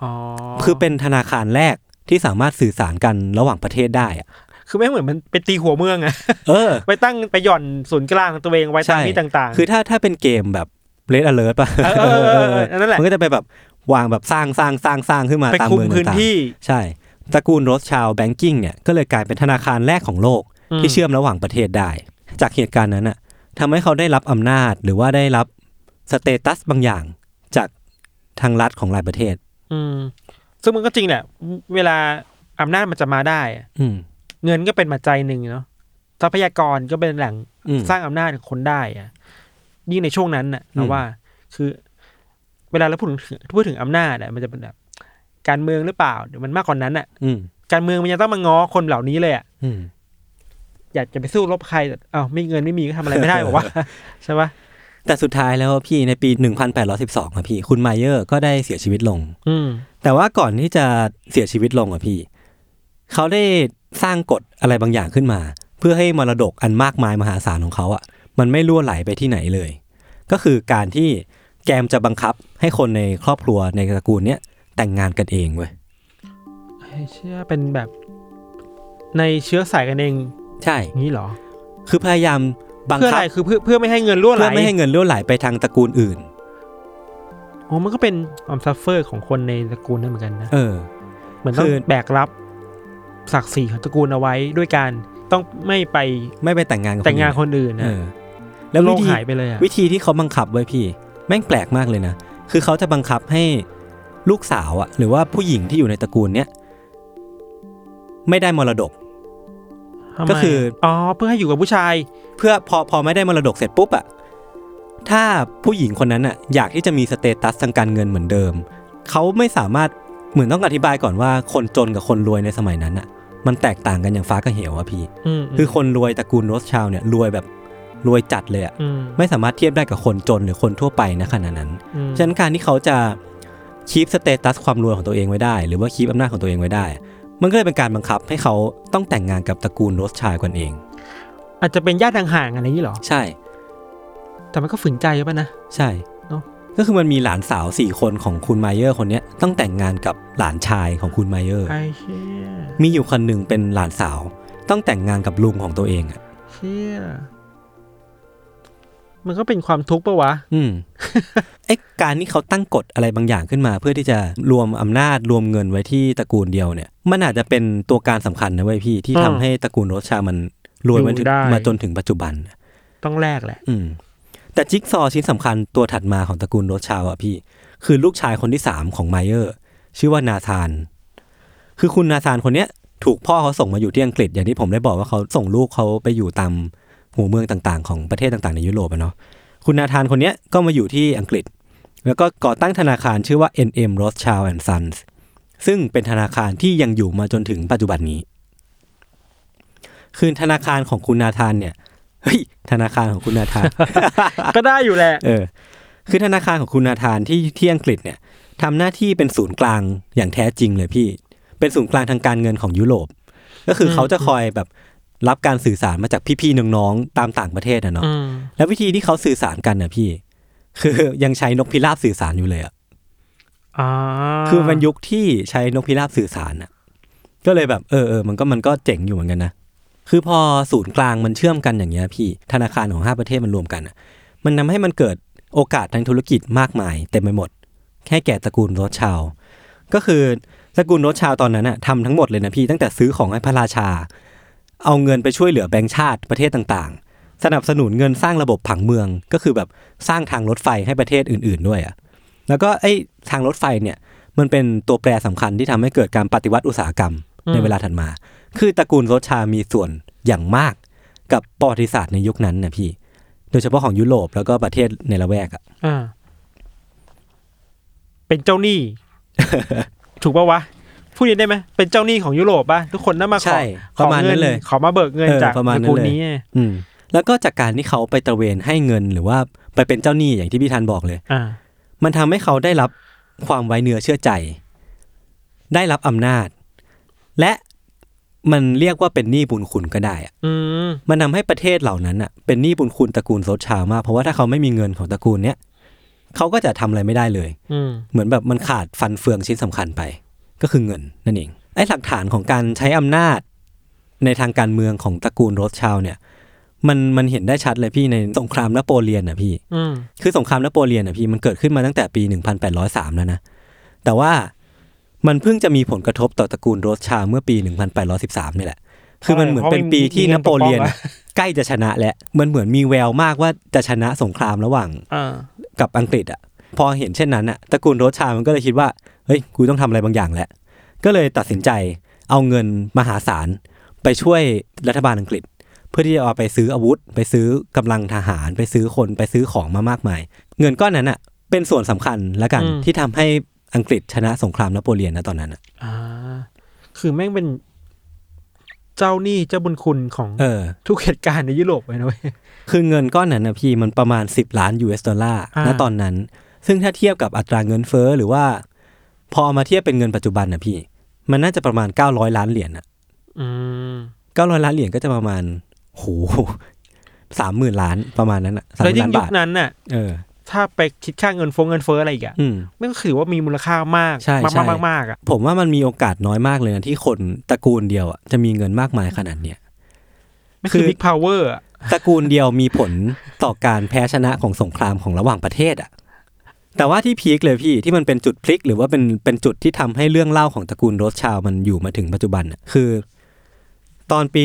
Speaker 3: อ๋อ
Speaker 2: คือเป็นธนาคารแรกที่สามารถสื่อสารกันระหว่างประเทศได้อะ
Speaker 3: คือไม่เหมือนมันไปตีหัวเมืองอะ
Speaker 2: เออ
Speaker 3: ไปตั้งไปหย่อนศูนย์กลางของตัวเองไว้ตาม
Speaker 2: ใช่
Speaker 3: ที่ต่างๆ
Speaker 2: คือถ้าถ้าเป็นเกมแบบเลดอเลอร์ป่ะ
Speaker 3: เออเออเออเออนั่นแหละ
Speaker 2: มันก็จะไปแบบวางแบบสร้างสร้างสร้างสร้างขึ้นมา
Speaker 3: ไป
Speaker 2: ตาม
Speaker 3: คุม
Speaker 2: เมือง
Speaker 3: พื้น
Speaker 2: ต่างๆ
Speaker 3: ที่
Speaker 2: ใช่ ตระกูลโรสชาวแบงกิ้งเนี่ยก็เลยกลายเป็นธนาคารแรกของโลก
Speaker 3: อืม
Speaker 2: ที่เชื่อมระหว่างประเทศได้ จากเหตุการณ์นั้นน่ะทำให้เขาได้รับอำนาจหรือว่าได้รับสเตตัสบางอย่าง จากทางรัฐของหลายประเทศ
Speaker 3: อืมซึ่งมันก็จริงแหละ เวลาอำนาจมันจะมาได้อะ
Speaker 2: อืม
Speaker 3: เงินก็เป็นปัจจัยหนึ่งเนาะทรัพยากรก็เป็นแหล่ง
Speaker 2: อืม
Speaker 3: สร้างอำนาจของคนได้อะยิ่งในช่วงนั้นน่ะเรา
Speaker 2: อืม
Speaker 3: ว่า คือ เวลาเราพูดถึงพูดถึงอำนาจอะมันจะเป็นแบบ การเมืองหรือเปล่าเดี๋ยวมันมากกว่านนั้นอะ
Speaker 2: อืม
Speaker 3: การเมืองมันยังต้องมาง้อคนเหล่านี้เลยอะ
Speaker 2: อืม
Speaker 3: อยากจะไปสู้รบใครแต่เอ้าไม่เงินไม่มีก็ทำอะไร ไม่ได้ บอกว่าใช่ปะ
Speaker 2: แต่สุดท้ายแล้วพี่ในปี 1812อะพี่ คุณไมเยอร์ก็ได้เสียชีวิตลง
Speaker 3: อืม
Speaker 2: แต่ว่าก่อนที่จะเสียชีวิตลงอะพี่ เขาได้สร้างกฎอะไรบางอย่างขึ้นมา เพื่อให้มรดกอันมากมายมหาศาลของเขาอะมันไม่ล่วไหลไปที่ไหนเลย ก็คือการที่แกมจะบังคับให้คนในครอบครัวในตระกูลเนี้ยแต่งงานกันเองเว้ย
Speaker 3: ไอ้เชื่อเป็นแบบในเชื้อสายกันเอง
Speaker 2: ใช่
Speaker 3: อย่างนี้เหรอ
Speaker 2: คือพยายามบัง
Speaker 3: เพื่อ
Speaker 2: คั
Speaker 3: อะ
Speaker 2: บ
Speaker 3: ไรคือเพื่อเพื่อไม่ให้เงินล่วไห
Speaker 2: เพื่
Speaker 3: ล
Speaker 2: อไม่ให้เงินล่วไหลไปทางตระกูลอื่น
Speaker 3: โอ้มันก็เป็นความซัฟเฟอร์ของคนในตระกูลนั่นเหมือนกันนะ
Speaker 2: เออ
Speaker 3: เหมือนต้อง
Speaker 2: คือ
Speaker 3: แบกรับศักดิ์ศรีของตระกูลเอาไว้ด้วยการต้องไม่ไป
Speaker 2: ไม่ไปแต่งงานกับค
Speaker 3: แต่งงาน
Speaker 2: อื่
Speaker 3: คนอื่น
Speaker 2: เอ
Speaker 3: นะ
Speaker 2: อ แล้ว
Speaker 3: โล
Speaker 2: วิ
Speaker 3: ก
Speaker 2: ธี
Speaker 3: หายไปเลยอ่ะ
Speaker 2: วิธีที่เขาบังคับไว้พี่ แม่งแปลกมากเลยนะ คือเขาจะบังคับให้ลูกสาวอะหรือว่าผู้หญิงที่อยู่ในตระกูลเนี้ยไม่ได้มรดก
Speaker 3: ทำไม
Speaker 2: ก็คือ
Speaker 3: อ๋อเพื่อให้อยู่กับผู้ชาย
Speaker 2: เพื่อพอพอไม่ได้มรดกเสร็จปุ๊บอะถ้าผู้หญิงคนนั้นอะอยากที่จะมีสเตตัสทางการเงินเหมือนเดิม เขาไม่สามารถเหมือนต้องอธิบายก่อนว่าคนจนกับคนรวยในสมัยนั้นอะมันแตกต่างกันอย่างฟ้ากับเหวอะพี่
Speaker 3: อืม
Speaker 2: คือคนรวยตระกูลโรสชาวเนี่ยรวยแบบรวยจัดเลยอะ
Speaker 3: อืม
Speaker 2: ไม่สามารถเทียบได้กับคนจนหรือคนทั่วไปนะขณะนั้น
Speaker 3: อืม
Speaker 2: ฉะนั้นการที่เขาจะคีปสเตตัสความรวยของตัวเองไว้ได้ หรือว่าคีปอำนาจของตัวเองไว้ได้ มันก็เลยเป็นการบังคับให้เขาต้องแต่งงานกับตระกูลโรสชายกันเอง
Speaker 3: อาจจะเป็นญาติห่างๆอะไรอย่างนี้เหรอ
Speaker 2: ใช่
Speaker 3: แต่มันก็ฝืนใจป่ะนะ
Speaker 2: ใช่
Speaker 3: เนอะ
Speaker 2: ก็คือมันมีหลานสาวสี่คนของคุณไมเยอร์คนเนี้ยต้องแต่งงานกับหลานชายของคุณไมเยอร์
Speaker 3: ไอ้เชี่ย
Speaker 2: มีอยู่คนหนึ่งเป็นหลานสาว ต้องแต่งงานกับลุงของตัวเองอะ
Speaker 3: เชี่ยมันก็เป็นความทุกข์ปะวะ
Speaker 2: อืม ไอ้การ ที่เขาตั้งกฎอะไรบางอย่างขึ้นมา เพื่อที่จะรวมอำนาจรวมเงินไว้ที่ตระกูลเดียวเนี่ย มันอาจจะเป็นตัวการสำคัญนะเว้ยพี่ที่ทำ
Speaker 3: อ่า
Speaker 2: ให้ตระกูลโรสชามันรวยมาถึง
Speaker 3: อยู่ได้
Speaker 2: มาจนถึงปัจจุบัน
Speaker 3: ต้องแลกแหละ
Speaker 2: อืม แต่จิ๊กซอว์ชิ้นสำคัญตัวถัดมาของตระกูลโรสชาวด์อะพี่ คือลูกชายคนที่สามของไมเออร์ ชื่อว่านาธาน คือคุณนาธานคนเนี้ย ถูกพ่อเขาส่งมาอยู่ที่อังกฤษ อย่างที่ผมได้บอกว่าเขาส่งลูกเขาไปอยู่ตามหัวเมืองต่างๆ ของประเทศต่างๆในยุโรปอะเนาะคุณนาธานคนเนี้ยก็มาอยู่ที่อังกฤษ แล้วก็ก่อตั้งธนาคารชื่อว่า NM Rothschild and Sons ซึ่งเป็นธนาคารที่ยังอยู่มาจนถึงปัจจุบันนี้ คือธนาคารของคุณนาธานเนี่ยเฮ้ยธนาคารของคุณนาธาน
Speaker 3: ก็ได้อยู่แหละ
Speaker 2: เออคือธนาคารของคุณนาธานที่ที่อังกฤษเนี่ยทำหน้าที่เป็นศูนย์กลางอย่างแท้จริงเลยพี่ เป็นศูนย์กลางทางการเงินของยุโรป ก็คืออ
Speaker 3: ม
Speaker 2: เขาจะคอยแบบรับการสื่อสารมาจากพี่ๆน้องๆตามต่างประเทศนะเนาะ
Speaker 3: อืม
Speaker 2: แล้ววิธีที่เขาสื่อสารกันน่ะพี่ คือยังใช้นกพิราบสื่อสารอยู่เลยอะ
Speaker 3: อ่า
Speaker 2: คือมันยุคที่ใช้นกพิราบสื่อสารน่ะก็เลยแบบเออเออมันก็มันก็เจ๋งอยู่เหมือนกันนะคือพอศูนย์กลางมันเชื่อมกันอย่างเงี้ยพี่ธนาคารของห้าประเทศมันรวมกันน่ะ มันทำให้มันเกิดโอกาสทางธุรกิจมากมายเต็มไปหมด แค่แก่ตระกูลโรสชาวด์ก็คือตระกูลโรสชาวด์ตอนนั้นน่ะทำทั้งหมดเลยนะพี่ตั้งแต่ซื้อของให้พระราชา เอาเงินไปช่วยเหลือแบงค์ชาติประเทศต่างๆ สนับสนุนเงินสร้างระบบผังเมือง ก็คือแบบสร้างทางรถไฟให้ประเทศอื่นๆด้วยอ่ะแล้วก็ไอ้ทางรถไฟเนี่ยมันเป็นตัวแปรสำคัญที่ทำให้เกิดการปฏิวัติอุตสาหกรรมในเวลาถัดมา คือตระกูลโรสชาวด์มีส่วนอย่างมากกับประวัติศาสตร์ในยุคนั้นนะพี่ โดยเฉพาะของยุโรปแล้วก็ประเทศในละแวกอะ
Speaker 3: อ่า เป็นเจ้า หนี้ ถูกปะวะ พูดอยังนี้ได้ไหม เป็นเจ้าหนี้ของยุโรปป่ะ ทุกคนน่ามาขอ
Speaker 2: ใช่ ประมาณนั้นเลย
Speaker 3: ของิขอมาเบิกเงิน
Speaker 2: เออ
Speaker 3: จาก
Speaker 2: ประมาณ
Speaker 3: ต
Speaker 2: นั้น
Speaker 3: ระกูล
Speaker 2: เลย
Speaker 3: นี้ไง
Speaker 2: อืม แล้วก็จากการที่เขาไปตระเวนให้เงินหรือว่าไปเป็นเจ้าหนี้อย่างที่พี่ธันบอกเลย
Speaker 3: อ่า
Speaker 2: มันทำให้เขาได้รับความไว้เนื้อเชื่อใจ ได้รับอำนาจ และมันเรียกว่าเป็นหนี้บุญคุณก็ได้อะ
Speaker 3: อืม
Speaker 2: มันทำให้ประเทศเหล่านั้นอ่ะเป็นหนี้บุญคุณตระกูลโซชาวมาก เพราะว่าถ้าเขาไม่มีเงินของตระกูลเนี้ยเขาก็จะทำอะไรไม่ได้เลย
Speaker 3: อืม
Speaker 2: เหมือนแบบมันขาดฟันเฟืองชิ้นสำคัญไป ก็คือเงินนั่นเองไอ้หลักฐานของการใช้อำนาจ ในทางการเมืองของตระกูลโรสชาวด์เนี่ย มันมันเห็นได้ชัดเลยพี่ในสงครามนโปเลียนอ่ะพี่
Speaker 3: อืม
Speaker 2: คือสงครามนโปเลียนอ่ะพี่มันเกิดขึ้นมาตั้งแต่ปี 1803 แล้วนะ แต่ว่ามันเพิ่งจะมีผลกระทบต่อตระกูลโรสชาวด์เมื่อปี 1813 นี่แหละ คือมันเหมือนเป็นปีที่นโปเลียนอะใกล้จะชนะแล้วมันเหมือนมีแววมากว่าจะชนะสงครามระหว่าง
Speaker 3: อ่า
Speaker 2: กับอังกฤษอ่ะพอเห็นเช่นนั้นอ่ะตระกูลโรสชาร์ดมันก็เลยคิดว่าเฮ้ยกูต้องทำอะไรบางอย่างแหละ ก็เลยตัดสินใจเอาเงินมหาศาลไปช่วยรัฐบาลอังกฤษ เพื่อที่จะเอาไปซื้ออาวุธ ไปซื้อกำลังทหาร ไปซื้อคนไปซื้อของมามากมาย เงินก้อนนั้นอ่ะเป็นส่วนสำคัญละกัน
Speaker 3: อืม
Speaker 2: ที่ทำให้อังกฤษชนะสงครามนโปเลียนนะตอนนั้นอะ
Speaker 3: อ่า คือแม่งเป็นเจ้าหนี้เจ้าบุญคุณของ
Speaker 2: เออ
Speaker 3: ทุกเหตุการณ์ในยุโรปเลยนะเว้ย
Speaker 2: คือเงินก้อนนั้นนะพี่มันประมาณ 10 ล้าน US ดอลลาร์
Speaker 3: อ่า
Speaker 2: ณตอนนั้น ซึ่งถ้าเทียบกับอัตราเงินเฟ้อหรือว่า พอเอามาเทียบเป็นเงินปัจจุบันนะพี่ มันน่าจะประมาณ 900 ล้านเหรียญอะ
Speaker 3: อืม
Speaker 2: 900 ล้านเหรียญก็จะประมาณโหสามหมื่นล้านประมาณนั้นอะสามห
Speaker 3: แล้
Speaker 2: มื่
Speaker 3: ว
Speaker 2: นล้าง
Speaker 3: ยิ่
Speaker 2: น
Speaker 3: ยุ
Speaker 2: บาท
Speaker 3: คนั้นน่ะ
Speaker 2: เออ
Speaker 3: ถ้าไปคิดค่าเงินฟงเงินเฟ้ออะไรอีกอะ
Speaker 2: อืม
Speaker 3: มันก็ถือว่ามีมูลค่ามาก
Speaker 2: ใช่
Speaker 3: มาก
Speaker 2: ใช่
Speaker 3: มากมากมากอะ
Speaker 2: ผมว่ามันมีโอกาสน้อยมากเลยนะที่คนตระกูลเดียวอะจะมีเงินมากมายขนาดเนี้ย
Speaker 3: ไม่คือ
Speaker 2: คือ
Speaker 3: บิ๊กพาวเวอร์อะ
Speaker 2: ตระกูลเดียวมีผลต่อการแพ้ชนะของสงครามของระหว่างประเทศอ่ะ แต่ว่าที่พีคเลยพี่ที่มันเป็นจุดพลิก หรือว่าเป็นเป็นจุดที่ทำให้เรื่องเล่าของตระกูลโรสชาวด์มันอยู่มาถึงปัจจุบันอะคือ ตอนปี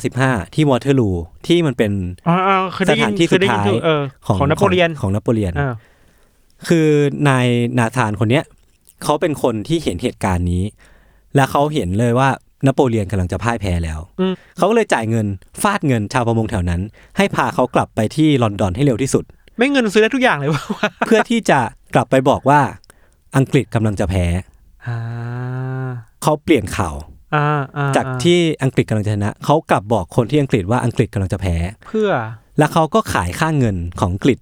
Speaker 2: 1815 ที่วอเทอร์ลูที่มันเป็น
Speaker 3: อ๋ออ๋อคือได้ยิ
Speaker 2: สถาน
Speaker 3: น
Speaker 2: ที่สุ
Speaker 3: คื
Speaker 2: ด
Speaker 3: อได้ยิน
Speaker 2: ท้าย
Speaker 3: ถูกเออ
Speaker 2: ของ
Speaker 3: ของนโปเลียน
Speaker 2: ของนโปเลียน
Speaker 3: อ่า
Speaker 2: คือนายนาธานคนเนี้ยเขาเป็นคนที่เห็นเหตุการณ์นี้ และเขาเห็นเลยว่านโปเลียนกำลังจะพ่ายแพ้แล้ว
Speaker 3: อืม
Speaker 2: เขาก็เลยจ่ายเงินฟาดเงินชาวประมงแถวนั้น ให้พาเขากลับไปที่ลอนดอนให้เร็วที่ สุด
Speaker 3: ไม่งเงินซื้อได้ทุกอย่างเลยว่ะ
Speaker 2: เพื่อที่จะกลับไปบอกว่าอังกฤษกำลังจะแพ้
Speaker 3: อ่า
Speaker 2: เขาเปลี่ยนข่าว
Speaker 3: อ่าอ่
Speaker 2: จากที่อังกฤษกำลังจะชนะ เขากลับบอกคนที่อังกฤษว่าอังกฤษกำลังจะแพ้
Speaker 3: เพื่อ
Speaker 2: แล้วเขาก็ขายค่าเงินของอังกฤษ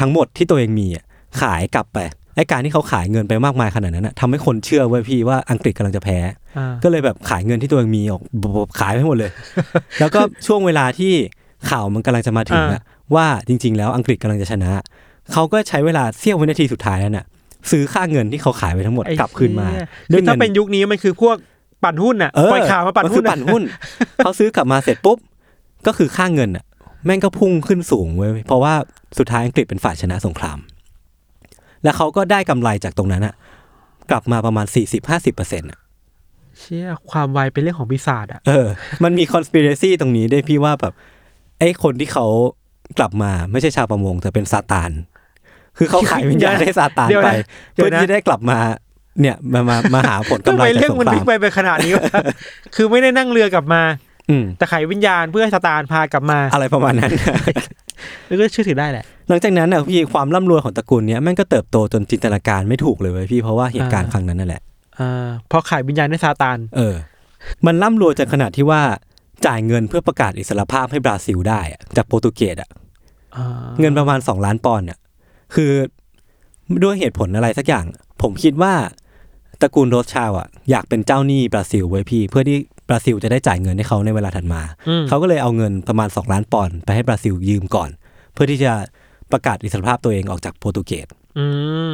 Speaker 2: ทั้งหมดที่ตัวเองมีอะขายกลับไปไอการที่เขาขายเงินไปมากมายขนาดนั้นนะทำให้คนเชื่อเว้ยพี่ว่าอังกฤษกำลังจะแพ้
Speaker 3: อ่า
Speaker 2: ก็เลยแบบขายเงินที่ตัวเองมีออกบบขายไปหมดเลย แล้วก็ช่วงเวลาที่ข่าวมันกำลังจะมาถึงอะว่าจริง ๆ แล้วอังกฤษกำลังจะชนะ เขาก็ใช้เวลาเสี้ยววินาทีสุดท้ายนั้นน่ะ ซื้อค่าเงินที่เขาขายไปทั้งหมด
Speaker 3: ไอ้
Speaker 2: กลับคืนมา
Speaker 3: เหี้ย
Speaker 2: ด้วย
Speaker 3: คือ
Speaker 2: เงิ
Speaker 3: ถ้าน เป็นยุคนี้มันคือพวก ปั่นหุ้นอ่ะ
Speaker 2: เออ
Speaker 3: ปล่อยข่าวมาปั่น
Speaker 2: มันคือ
Speaker 3: หุ้
Speaker 2: น
Speaker 3: อะ
Speaker 2: ปั่นหุ้น เขาซื้อกลับมาเสร็จปุ๊บ ก็คือค่าเงินอ่ะ แม่งก็พุ่งขึ้นสูงเว้ยเพราะว่าสุดท้ายอังกฤษเป็นฝ่ายชนะสงคราม แล้วเขาก็ได้กำไรจากตรงนั้นอ่ะ กลับมาประมาณ 40-50%เปอร์เซ็นต์
Speaker 3: เชี่ยความไวเป็นเรื่องของปีศาจอ่ะ
Speaker 2: เออ มันมีคอน spiracy ตรงนี้ด้วยพี่ว่าแบบไอ้คนที่เขากลับมาไม่ใช่ชาวประมง แต่เป็นซาตาน คือเขาขายวิญญาณให้ซาตานไป เพื่อที่ได้กลับมา เนี่ยมามามาหาผล
Speaker 3: ทำ
Speaker 2: กำไร
Speaker 3: ไม
Speaker 2: จาก
Speaker 3: เรื่อง
Speaker 2: สง
Speaker 3: มัน
Speaker 2: ค
Speaker 3: พลิ
Speaker 2: ราก ม
Speaker 3: ไปไปขนาดนี้วะ คือไม่ได้นั่งเรือกลับมา
Speaker 2: อืม
Speaker 3: แต่ไขวิญญาณเพื่อให้สตาร์พากลับมา
Speaker 2: อะไรประมาณนั้น
Speaker 3: แล้วก็เชื่อถือได้แหละ
Speaker 2: หลังจากนั้นน่ะพี่ความร่ำรวยของตระกูลเนี้ยแม่งก็เติบโตจนจินตนาการไม่ถูกเลยเว้ยพี่เพราะว่าเหตุการณ์
Speaker 3: อ่า
Speaker 2: ครั้งนั้นนั่นแหละ
Speaker 3: อ่าพอไขวิญญาณให้ซาตาน
Speaker 2: เออ มันร่ำรวยจนขนาดที่ว่าจ่ายเงินเพื่อประกาศอิสรภาพให้บราซิลได้อะจากโปรตุเกสอะ
Speaker 3: อ่า
Speaker 2: เงินประมาณสองล้านปอนด์เนี่ยคือด้วยเหตุผลอะไรสักอย่าง ผมคิดว่าตระกูลโรสชาวด์อ่ะอยากเป็นเจ้าหนี้บราซิลไว้ยพี่ เพื่อที่บราซิลจะได้จ่ายเงินให้เขาในเวลาถัดมา
Speaker 3: อืม
Speaker 2: เขาก็เลยเอาเงินประมาณ 2 ล้านปอนด์ไปให้บราซิลยืมก่อน เพื่อที่จะประกาศอิสรภาพตัวเองออกจากโปรตุเกส
Speaker 3: อืม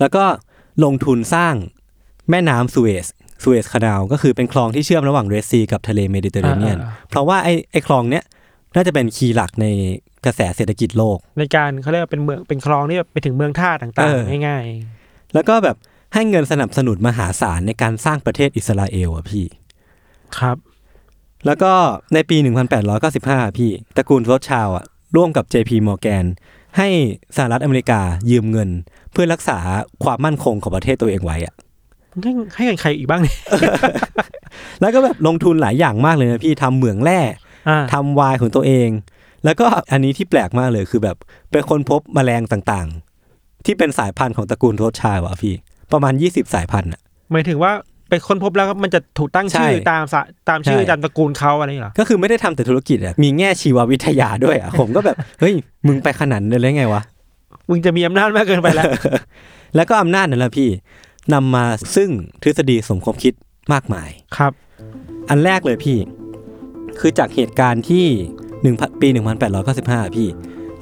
Speaker 2: แล้วก็ลงทุนสร้างแม่น้ำสุเอซสุเอซคานาลก็คือเป็นคลองที่เชื่อมระหว่างเรดซีกับทะเลเมดิเตอร์เรเนียน เพราะว่าไอ้ไอ้คลองเนี้ยน่าจะเป็นคีย์หลักในกระแสเศรษฐกิจโลก
Speaker 3: ในการเขาเรียกว่าเป็นเมืองเป็นคลองที่แบบไปถึงเมืองท่าต่าง
Speaker 2: เออ
Speaker 3: ๆ ง่าย
Speaker 2: แล้วก็แบบให้เงินสนับสนุนมหาศาลในการสร้างประเทศอิสราเอลอะพี่
Speaker 3: ๆ ครับ
Speaker 2: แล้วก็ในปี 1895 พี่ตระกูลโรสชาวด์อะร่วมกับ JP Morgan ให้สหรัฐอเมริกายืมเงิน เพื่อรักษาความมั่นคงของประเทศตัวเองไว้อะ
Speaker 3: ให้ให้เงินใครอีกบ้างเนี่ย
Speaker 2: แล้วก็แบบลงทุนหลายอย่างมากเลยนะพี่ทำเหมืองแร่
Speaker 3: อ่า
Speaker 2: ทำไวายของตัวเอง แล้วก็อันนี้ที่แปลกมากเลยคือแบบเป็นคนพบแมลงต่างๆ ที่เป็นสายพันธุ์ของตระกูลโรสชาวด์อะพี่ ประมาณ 20 สายพันธุ์อะ
Speaker 3: หมายถึงว่าเป็นคนพบแล้วก็มันจะถูกตั้งชื่อ
Speaker 2: ใช่
Speaker 3: ตามสะตามชื่อ
Speaker 2: ใช่
Speaker 3: ตามตระกูลเขาอะไรอย่างเงี้ยเหรอ
Speaker 2: ก็คือไม่ได้ทำแต่ธุรกิจอะมีแง่ชีววิทยาด้วยอะ ผมก็แบบ เฮ้ย มึงไปขนาดนั้นเลยไงวะ
Speaker 3: มึงจะมีอำนาจมากเกินไปแล้ว
Speaker 2: แล้วก็อำนาจนั่นแหละพี่นำมาซึ่งทฤษฎีสมคบคิดมากมาย
Speaker 3: ครับ
Speaker 2: อันแรกเลยพี่ คือจากเหตุการณ์ที่1ปี 1895 พี่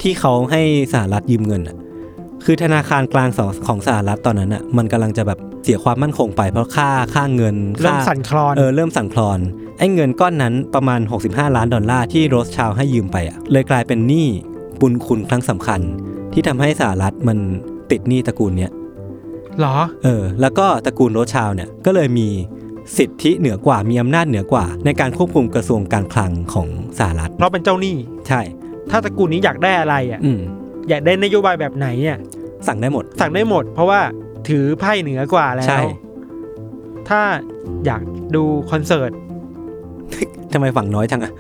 Speaker 2: ที่เขาให้สหรัฐยืมเงินอะคือธนาคารกลางของของสหรัฐตอนนั้นอะมันกำลังจะแบบเสียความมั่นคงไปเพราะค่าค่าเงิน
Speaker 3: เริ่ม
Speaker 2: ค่า
Speaker 3: สั่นคลอน
Speaker 2: เออเริ่มสั่นคลอน ไอ้เงินก้อนนั้นประมาณ 65 ล้านดอลลาร์ที่โรสชาวให้ยืมไปอ่ะเลยกลายเป็นหนี้บุญคุณครั้งสำคัญ ที่ทำให้สหรัฐมันติดหนี้ตระกูลเนี้ย
Speaker 3: เหรอ
Speaker 2: เออแล้วก็ตระกูลโรสชาวเนี่ยก็เลยมีสิทธิเหนือกว่ามีอำนาจเหนือกว่า ในการควบคุมกระทรวงการคลังของสหรัฐ
Speaker 3: เพราะเป็นเจ้าหนี้
Speaker 2: ใช่
Speaker 3: ถ้าตระกูลนี้อยากได้อะไรอ่ะ
Speaker 2: อืม
Speaker 3: อยากได้นโยบายแบบไหนอ่ะ
Speaker 2: สั่งได้หมด
Speaker 3: สั่งได้หมด เพราะว่าถือไพ่เหนือกว่าแล้
Speaker 2: ใช่
Speaker 3: ว ถ้าอยากดูคอนเสิร์ต
Speaker 2: ทำไมฝั่งน้อยจังอ่ะ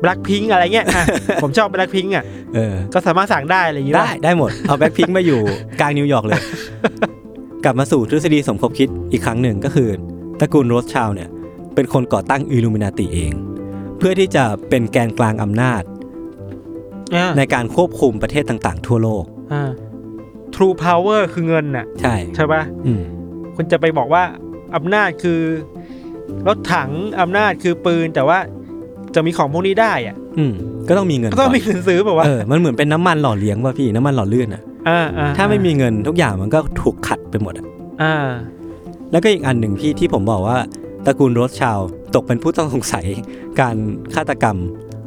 Speaker 3: แบล็ p พิงอะไรเงี้ ยอ่ะ ผมชอบแบล็ p พิงอ่ะ
Speaker 2: เออ
Speaker 3: ก็สามารถสั่งได้อะไรอย่างเงี้ย
Speaker 2: ได้ได้หมด เอาแบ็คพิงมาอยู่ กลางนิวยอร์กเลย กลับมาสู่ทฤษฎีสมคบคิดอีกครั้งหนึ่งก็คือตระกูลโรสชาวด์เนี่ย เป็นคนก่อตั้งอิลูมินาติเอง เพื่อที่จะเป็นแกนกลางอำนาจ
Speaker 3: อ่า
Speaker 2: ในการควบคุมประเทศต่างๆ ทั่วโลก
Speaker 3: อ่า True Power คือเงินน่ะ
Speaker 2: ใช่
Speaker 3: ใช่ปะ
Speaker 2: อืม
Speaker 3: คุณจะไปบอกว่าอำนาจคือ รถถังอำนาจคือปืนแต่ว่าจะมีของพวกนี้ได้อ่ะ
Speaker 2: อืมก็ต้องมีเงิน
Speaker 3: ก็ต้องมี
Speaker 2: ก่
Speaker 3: เงินซื้อแบ
Speaker 2: อ
Speaker 3: บ
Speaker 2: น
Speaker 3: ว่า
Speaker 2: เออมันเหมือนเป็นน้ำมันหล่อเลี้ยงว่ะพี่น้ำมันหล่อลื่นอ่ะ
Speaker 3: อ่าอ่
Speaker 2: ถ้าไม่มีเงินทุกอย่างมันก็ถูกขัดไปหมดอะ
Speaker 3: อ่า
Speaker 2: แล้วก็อีกอันหนึ่งพี่ที่ผมบอกว่าตระกูลโรสชาวด์ตกเป็นผู้ต้องสงสัย การฆาตกรรม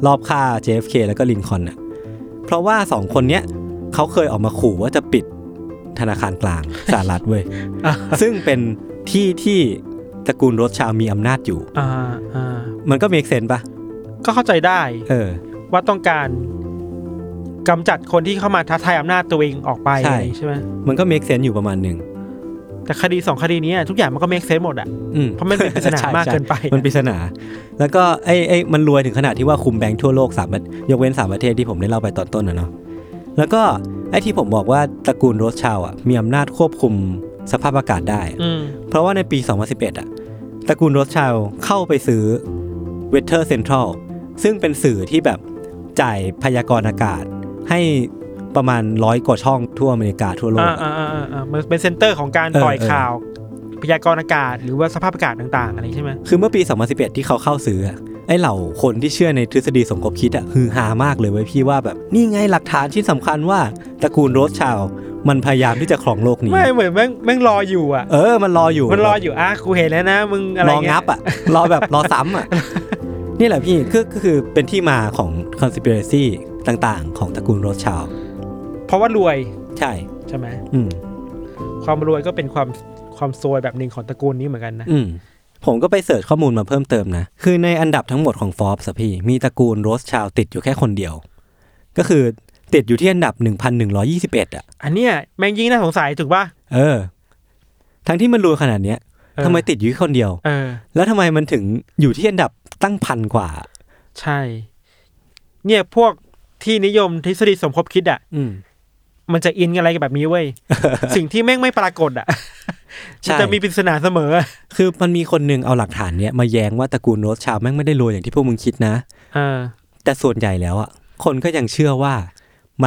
Speaker 2: รอบฆ่า JFK แล้วก็ลินคอล์นน่ะเพราะว่าสองคนเนี้ยเขาเคยออกมาขู่ว่าจะปิดธนาคารกลาง สหรัฐเว้ย
Speaker 3: อ่ะ
Speaker 2: ซึ่งเป็นที่ที่ตระกูลโรสชาวด์มีอำนาจอยู่
Speaker 3: อ่าอ่า
Speaker 2: มันก็เมกเซนปะ
Speaker 3: ก็เข้าใจได้
Speaker 2: เออ
Speaker 3: ว่าต้องการกำจัดคนที่เข้ามาท้าทายอำนาจตัวเองออกไป
Speaker 2: ใช่
Speaker 3: อะไรใช่ไหม
Speaker 2: มันก็เมกเซนอยู่ประมาณหนึ่ง
Speaker 3: แต่คดีสองคดีเนี้ยทุกอย่างมันก็เมคเซนหมดอ่ะ
Speaker 2: อืม
Speaker 3: เพราะมันเป็นปริศนา
Speaker 2: ใช่
Speaker 3: มาก
Speaker 2: ใช่
Speaker 3: เกินไป
Speaker 2: มันปริศนา แล้วก็ไอ้ไอ้มันรวยถึงขนาดที่ว่าคุมแบงค์ทั่วโลกสามประยกเว้นสามประเทศที่ผมได้เล่าไปตอนต้นนะเนาะแล้วก็ไอ้ที่ผมบอกว่าตระกูลโรสชาวด์อ่ะมีอำนาจควบคุมสภาพอากาศได้อะ
Speaker 3: อืม
Speaker 2: เพราะว่าในปี 2011 อ่ะตระกูลโรสชาวด์เข้าไปซื้อเวเทอร์เซ็นทรัลซึ่งเป็นสื่อที่แบบจ่ายพยากรณ์อากาศให้ประมาณร้อยกว่าช่องทั่วอเมริกาทั่วโลก
Speaker 3: อ่า
Speaker 2: อะ
Speaker 3: อ่าอ่าอ่ามันเป็นเซ็นเตอร์ของการ
Speaker 2: เออ
Speaker 3: ปล่อย
Speaker 2: เออ
Speaker 3: ข่าว พยากรณ์อากาศหรือว่าสภาพอากาศต่างๆ อะไรใช่ไหม
Speaker 2: คือเมื่อปี 2011 ที่เขาเข้าซื้ออะไอ้เหล่าคนที่เชื่อในทฤษฎีสมคบคิดอะฮือฮามากเลยเว้ยพี่ว่าแบบนี่ไงหลักฐานชิ้นสำคัญว่าตระกูลโรสชาวด์ มันพยายามที่จะครองโลกนี้
Speaker 3: ไม่เหมือนแม่งแม่งรออยู่อ่ะ
Speaker 2: เออ มันรออยู่
Speaker 3: มันรออยู่อ่ะกูเห็นแล้วนะ มึงอะไร
Speaker 2: รอ
Speaker 3: เงี้ย
Speaker 2: งับอ่ะ รอแบบรอซ้ำ อ่ะ นี่แหละพี่ก็ก็คือเป็นที่มาของ conspiracy ต่างๆ ของตระกูลโรสชาวด์
Speaker 3: เพราะว่ารวย
Speaker 2: ใช่
Speaker 3: ใช่ไหม
Speaker 2: อืม
Speaker 3: ความรวยก็เป็นความความซวยแบบหนึ่งของตระกูลนี้เหมือนกันนะ
Speaker 2: อืม ผมก็ไปเสิร์ชข้อมูลมาเพิ่มเติมนะ คือในอันดับทั้งหมดของฟอร์บสพี่ มีตระกูลโรสชาวด์ติดอยู่แค่คนเดียว ก็คือติดอยู่ที่อันดับ 1,121 อ่ะ
Speaker 3: อันเนี้ยแม่งยิ่งน่าสงสัยถูกป่ะ
Speaker 2: เออ ทั้งที่มันรวยขนาดเนี้ยทำไมติดอยู่แค่คนเดียว
Speaker 3: เออ
Speaker 2: แล้วทำไมมันถึงอยู่ที่อันดับตั้งพันกว่า
Speaker 3: ใช่ เนี่ยพวกที่นิยมทฤษฎีสมคบคิดอ่ะ
Speaker 2: อืม
Speaker 3: มันจะอินกันอะไรกับแบบนี้เว้ย สิ่งที่แม่งไม่ปรากฏอ่ะ
Speaker 2: ใช่
Speaker 3: มันจะมีปริศนาเสมอ
Speaker 2: คือมันมีคนหนึ่งเอาหลักฐานเนี้ยมาแย้งว่าตระกูลโรสชาวด์แม่งไม่ได้รวยอย่างที่พวกมึงคิดนะ
Speaker 3: เออ
Speaker 2: แต่ส่วนใหญ่แล้วอ่ะคนก็ยังเชื่อว่า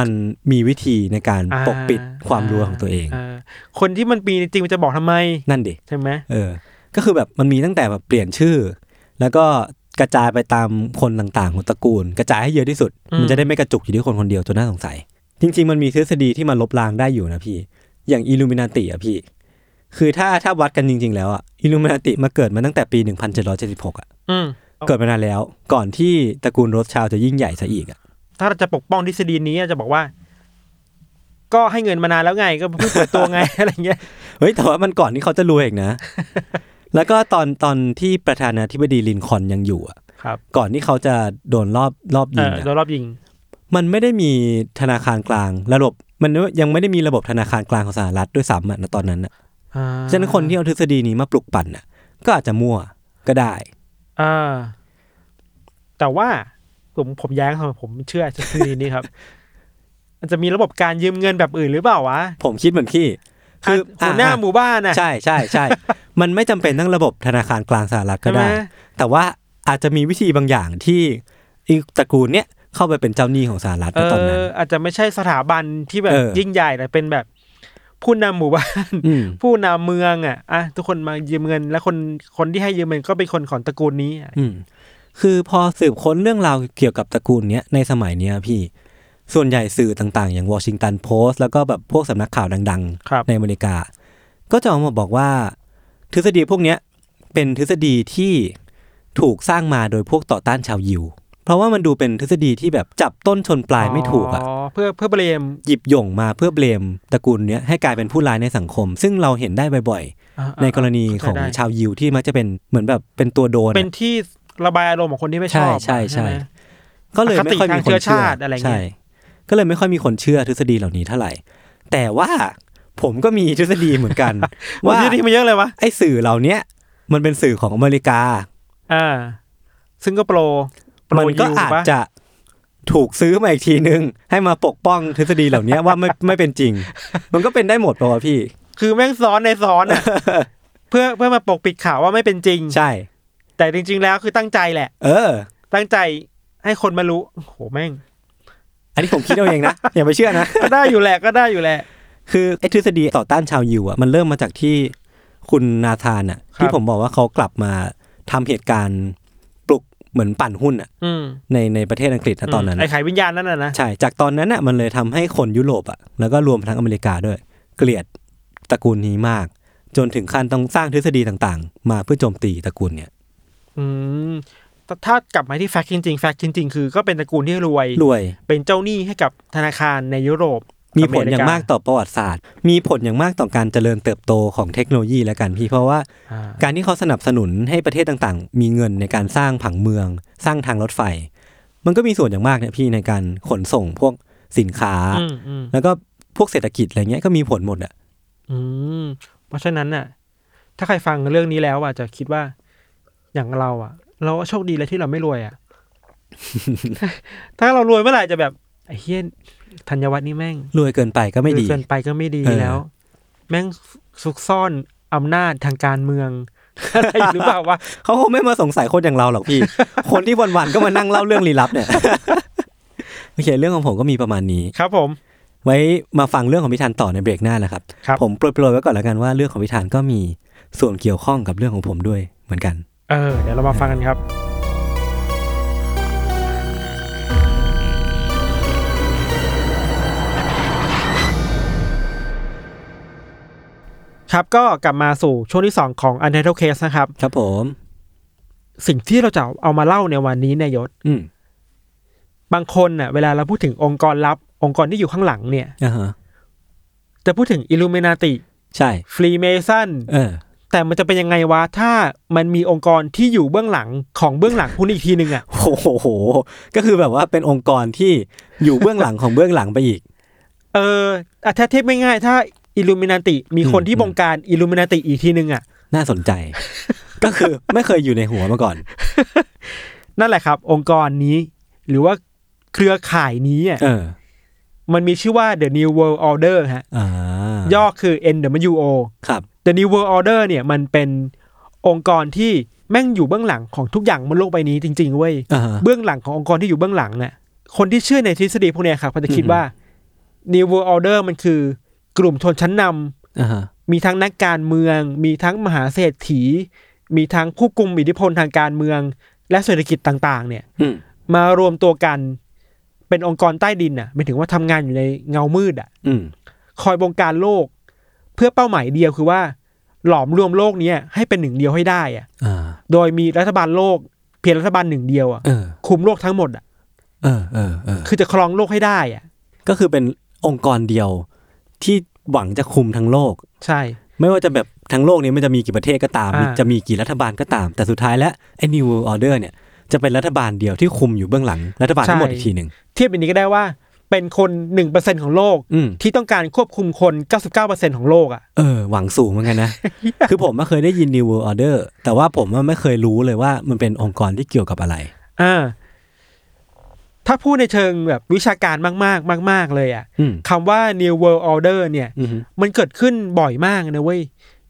Speaker 2: มันมีวิธีในการ
Speaker 3: อ่า
Speaker 2: ปกปิดความรวยของตัวเอง
Speaker 3: าคนที่มันปีจริงมันจะบอกทำไม
Speaker 2: นั่นดิ
Speaker 3: ใช่ไหม
Speaker 2: เออ ก็คือแบบมันมีตั้งแต่แบบเปลี่ยนชื่อ แล้วก็กระจายไปตามคนต่างๆของตระกูล กระจายให้เยอะที่สุด มันจะได้ไม่กระจุกอยู่ที่คนคนเดียวจนน่าสงสัย จริง ๆ มันมีทฤษฎีที่มาลบล้างได้อยู่นะพี่ อย่างอิลูมินาติอะพี่ คือถ้าถ้าวัดกันจริง ๆ แล้วอะอิลูมินาติมาเกิดมาตั้งแต่ปี 1776อะ
Speaker 3: อืม
Speaker 2: เกิดมานานแล้ว ก่อนที่ตระกูลโรสชาวด์จะยิ่งใหญ่ซะอีกอะ
Speaker 3: ถ้าเราจะปกป้องทฤษฎีนี้จะบอกว่า ก็ให้เงินมานานแล้วไง ก็เพิ่งเปิดตัวไง อะไรเงี้ย
Speaker 2: เฮ้ยแต่ว่ามันก่อนที่เขาจะรวยอีกนะ แล้วก็ตอนตอนที่ประธานาธิบดีลินคอล์นยังอยู่อะ
Speaker 3: ครับ
Speaker 2: ก่อนที่เขาจะโดนรอบรอบ
Speaker 3: เอ
Speaker 2: ยิง
Speaker 3: อ
Speaker 2: อะ
Speaker 3: โดนรอบยิง
Speaker 2: มันไม่ได้มีธนาคารกลางระบบมันยังไม่ได้มีระบบธนาคารกลางของสหรัฐด้วยซ้ำอะณตอนนั้นอะ
Speaker 3: อ่า
Speaker 2: ฉะนั้นคนที่เอาทฤษฎีนี้มาปลุกปั่นอะก็อาจจะมั่วก็ได้
Speaker 3: อ่าแต่ว่าผมผมแย้งครับผมเชื่อทฤษฎีนี้ ครับ มันจะมีระบบการยืมเงินแบบอื่นหรือเปล่าวะ
Speaker 2: ผมคิดเหมือนขี้คือ
Speaker 3: อ่ะหัวหน้า
Speaker 2: อ่ะ
Speaker 3: หมู่บ้านน่ะ
Speaker 2: ใช่ใช่ใช่ มันไม่จำเป็นต้องระบบธนาคารกลางสหรัฐก็
Speaker 3: ใช่ไหม
Speaker 2: ได้ แต่ว่าอาจจะมีวิธีบางอย่างที่อีกตระกูลเนี้ยเข้าไปเป็นเจ้าหนี้ของสหรัฐ
Speaker 3: เอ
Speaker 2: ณตอนนั้น
Speaker 3: ออาจจะไม่ใช่สถาบันที่แบบ
Speaker 2: เออ
Speaker 3: ยิ่งใหญ่แต่เป็นแบบผู้นำหมู่บ้าน
Speaker 2: อืม
Speaker 3: ผู้นำเมืองอ่ะอ่ะทุกคนมายืมเงิน แล้วคนคนที่ให้ยืมเงินก็เป็นคนของตระกูลนี้อ่ะ
Speaker 2: อืมคือพอสืบค้นเรื่องราวเกี่ยวกับตระกูลเนี้ยในสมัยเนี้ยพี่ ส่วนใหญ่สื่อต่างๆ อย่างวอชิงตันโพสต์แล้วก็แบบพวกสำนักข่าวดัง ๆ
Speaker 3: ครับ
Speaker 2: ในอเมริกา ก็จะออกมาบอกว่า ทฤษฎีพวกเนี้ยเป็นทฤษฎีที่ถูกสร้างมาโดยพวกต่อต้านชาวยิว เพราะว่ามันดูเป็นทฤษฎีที่แบบจับต้นชนปลายไม่ถูกอะ
Speaker 3: อ๋อเพื่อเพื่อเบรม
Speaker 2: หยิบย่งมาเพื่อเบลมตระกูลเนี้ยให้กลายเป็นผู้ร้ายในสังคม ซึ่งเราเห็นได้บ่อย
Speaker 3: อ่ะ
Speaker 2: ๆ ในกรณีของ
Speaker 3: เข้ใจได้
Speaker 2: ชาวยิวที่มักจะเป็นเหมือนแบบเป็นตัวโดนอะ
Speaker 3: เป็นที่ระบายอารมณ์ของคนที่ไม่ช
Speaker 2: ใช่
Speaker 3: อบ
Speaker 2: ใช่ใช่
Speaker 3: ไหม
Speaker 2: ก็เลยไม่ค่อยมีคน
Speaker 3: อคติทางเชื้อชาติอะไรเงี้ย
Speaker 2: ใช่ก็เลยไม่ค่อยมีคนเชื่อทฤษฎีเหล่านี้เท่าไหร่ แต่ว่าผมก็มีทฤษฎีเหมือนกัน ว่า
Speaker 3: ว่าที่มาเยอะเลยวะ
Speaker 2: ไอ้สื่อเหล่าเนี้ยมันเป็นสื่อของอเมริกา
Speaker 3: อ่า ซึ่งก็โปรโปร
Speaker 2: มันก็
Speaker 3: ยู
Speaker 2: อาจ
Speaker 3: ปะ
Speaker 2: จะถูกซื้อมาอีกทีนึง ให้มาปกป้องทฤษฎีเหล่า เนี้ยว่าไม่ ไม่เป็นจริง มันก็เป็นได้หมดป่าวะพี่
Speaker 3: คือแม่งซ้อนในซ้อน อ่ะเพื่อเพื่อมาปกปิดข่าวว่าไม่เป็นจริง
Speaker 2: ใช่
Speaker 3: แต่จริง ๆ แล้วคือตั้งใจแหละ
Speaker 2: เออ
Speaker 3: ตั้งใจให้คนมารู้โอ้โหแม่ง
Speaker 2: อันนี้ผมคิดเอาเองนะ อย่าไปเชื่อนะ
Speaker 3: ก็ได้อยู่แหละก็ได้อยู่แหละ
Speaker 2: คือไอ้ทฤษฎีต่อต้านชาวยิวอ่ะมันเริ่มมาจากที่คุณนาธานอ่ะ
Speaker 3: ครับ
Speaker 2: ที่ผมบอกว่าเขากลับมาทำเหตุการณ์ปลุกเหมือนปั่นหุ้นอ่ะ
Speaker 3: อืม
Speaker 2: ในในประเทศอังกฤษนะตอนนั้น
Speaker 3: ไอ้
Speaker 2: อะ
Speaker 3: ขายวิญญาณนั่นน่ะนะ
Speaker 2: ใช่จากตอนนั้นอ่ะมันเลยทำให้คนยุโรปอ่ะแล้วก็รวมทั้งอเมริกาด้วย เกลียดตระกูลนี้มาก จนถึงขั้นต้องสร้างทฤษฎีต่างๆ มาเพื่อโจมตีตระกูลเนี่ย
Speaker 3: อืมแต่ถ้ากลับมาที่แฟกต์จริงๆแฟกต์จริงๆคือก็เป็นตระกูลที่รวย
Speaker 2: รวย
Speaker 3: เป็นเจ้าหนี้ให้กับธนาคารในยุโรป
Speaker 2: มีผลอย่างมากต่อประวัติศาสตร์ มีผลอย่างมากต่อการเจริญเติบโตของเทคโนโลยีและกันพี่เพราะว่า
Speaker 3: อ่า
Speaker 2: การที่เขาสนับสนุนให้ประเทศต่างๆ มีเงินในการสร้างผังเมือง สร้างทางรถไฟ มันก็มีส่วนอย่างมากเนี่ยพี่ในการขนส่งพวกสินค้า
Speaker 3: อืมอืม
Speaker 2: แล้วก็พวกเศรษฐกิจอะไรเงี้ยก็มีผลหมดอ่ะ
Speaker 3: อืมเพราะฉะนั้นน่ะ ถ้าใครฟังเรื่องนี้แล้วอาจจะคิดว่า อย่างเราอ่ะ เราโชคดีเลยที่เราไม่รวยอ่ะ ถ้าเรารวยเมื่อไหร่จะแบบไอ้เฮียธัญวัฒน์นี่แม่ง
Speaker 2: รวยเกินไปก็ไม่ดี
Speaker 3: รวยเกินไปก็ไม่ดี
Speaker 2: เออ
Speaker 3: แล้ว แม่งซุกซ่อนอำนาจทางการเมือง อะไรอยู่หรือเปล่าวะ
Speaker 2: เขาคงไม่มาสงสัยคนอย่างเราหร อกพี่ คนที่วันๆก็มานั่งเล่าเรื่องลี้ลับเนี่ย โอเคเรื่องของผมก็มีประมาณนี้
Speaker 3: ครับผม
Speaker 2: ไว้มาฟังเรื่องของพิธานต่อในเบรกหน้านะครับ
Speaker 3: ครับ
Speaker 2: ผมโปรยๆไว้ก่อนแล้วกันว่าเรื่องของพิธานก็มีส่วนเกี่ยวข้องกับเรื่องของผมด้วยเหมือนกัน
Speaker 3: เออเดี๋ยวเรามาฟังกันครับ ครับก็กลับมาสู่ช่วงที่ 2 ของ Untitled Case นะครับ
Speaker 2: ครับผม
Speaker 3: สิ่งที่เราจะเอามาเล่าในวันนี้เนี่ยยศ
Speaker 2: อืม
Speaker 3: บางคนน่ะเวลาเราพูดถึงองค์กรลับ องค์กรที่อยู่ข้างหลังเนี่ย
Speaker 2: อ่าฮะ
Speaker 3: จะพูดถึง Illuminati
Speaker 2: ใช่
Speaker 3: Freemason
Speaker 2: เออ
Speaker 3: แต่มันจะเป็นยังไงวะถ้ามันมีองค์กรที่อยู่เบื้องหลังของเบื้องหลังพวกนี้อีกทีหนึ่งอ่ะ
Speaker 2: โอ้โห ก็คือแบบว่าเป็นองค์กรที่อยู่เบื้องหลังของเบื้องหลังไปอีก
Speaker 3: เอออ่ะถ้าเทียบง่ายๆถ้า Illuminati มีคนที่
Speaker 2: อืม
Speaker 3: บงการ Illuminati อีกทีหนึ่งอ่ะ
Speaker 2: น่าสนใจ ก็คือไม่เคยอยู่ในหัวมาก่อน
Speaker 3: นั่นแหละครับ องค์กรนี้ หรือว่าเครือข่ายนี้อ่ะ
Speaker 2: เออ
Speaker 3: มันมีชื่อว่า The New World Order ฮะ
Speaker 2: อ่า
Speaker 3: ย่อคือ NWO
Speaker 2: ครับ
Speaker 3: The New World Order เนี่ยมันเป็นองค์กรที่แม่งอยู่เบื้องหลังของทุกอย่างบนโลกใบนี้จริงๆเว้ย
Speaker 2: อ่าฮะ
Speaker 3: เบื้องหลังขององค์กรที่อยู่เบื้องหลังน่ะ คนที่เชื่อในทฤษฎีพวกเนี้ยครับเขาจะคิด
Speaker 2: อืม
Speaker 3: ว่า New World Order มันคือกลุ่มชนชั้นนำ
Speaker 2: อ่าฮะ
Speaker 3: มีทั้งนักการเมือง มีทั้งมหาเศรษฐี มีทั้งผู้กุมอิทธิพลทางการเมือง และเศรษฐกิจต่าง ๆ เนี่ย
Speaker 2: อืม
Speaker 3: มารวมตัวกันเป็นองค์กรใต้ดินน่ะหมายถึงว่าทำงานอยู่ในเงามืดอ่ะ
Speaker 2: อืม
Speaker 3: คอยบงการโลก เพื่อเป้าหมายเดียวคือว่า หลอมรวมโลกเนี้ยให้เป็นหนึ่งเดียวให้ได้อ่ะ
Speaker 2: อ่า
Speaker 3: โดยมีรัฐบาลโลก เพียงรัฐบาลหนึ่งเดียวอ่ะ
Speaker 2: เออ
Speaker 3: คุมโลกทั้งหมดอ่ะ
Speaker 2: เออเออเออ
Speaker 3: คือจะครองโลกให้ได้อ่ะ
Speaker 2: ก็คือเป็นองค์กรเดียวที่หวังจะคุมทั้งโลก
Speaker 3: ใช่
Speaker 2: ไม่ว่าจะแบบทั้งโลกนี้มันจะมีกี่ประเทศก็ตาม
Speaker 3: อ่ามี
Speaker 2: จะมีกี่รัฐบาลก็ตาม แต่สุดท้ายแล้วไอ้ New World Order เนี่ยจะเป็นรัฐบาลเดียวที่คุมอยู่เบื้องหลังรัฐบาลทั้งหมดอีกทีหนึ่ง
Speaker 3: เทียบแบบนี้ก็ได้ว่า เป็นคนหนึ่งเปอร์เซ็นของโลก
Speaker 2: อืม
Speaker 3: ที่ต้องการควบคุมคนเก้าสิบเก้าเปอร์เซ็นของโลกอ่ะ
Speaker 2: เออ หวังสูงเหมือน กันนะ คือผมไม่เคยได้ยิน New World Order แต่ว่าผมอะไม่เคยรู้เลยว่ามันเป็นองค์กรที่เกี่ยวกับอะไร
Speaker 3: อ่า ถ้าพูดในเชิงแบบวิชาการมากๆ มาก ๆ เลยอ่ะ
Speaker 2: อืม
Speaker 3: คำว่า New World Order เนี่ย
Speaker 2: อืม
Speaker 3: มันเกิดขึ้นบ่อยมากนะเว้ย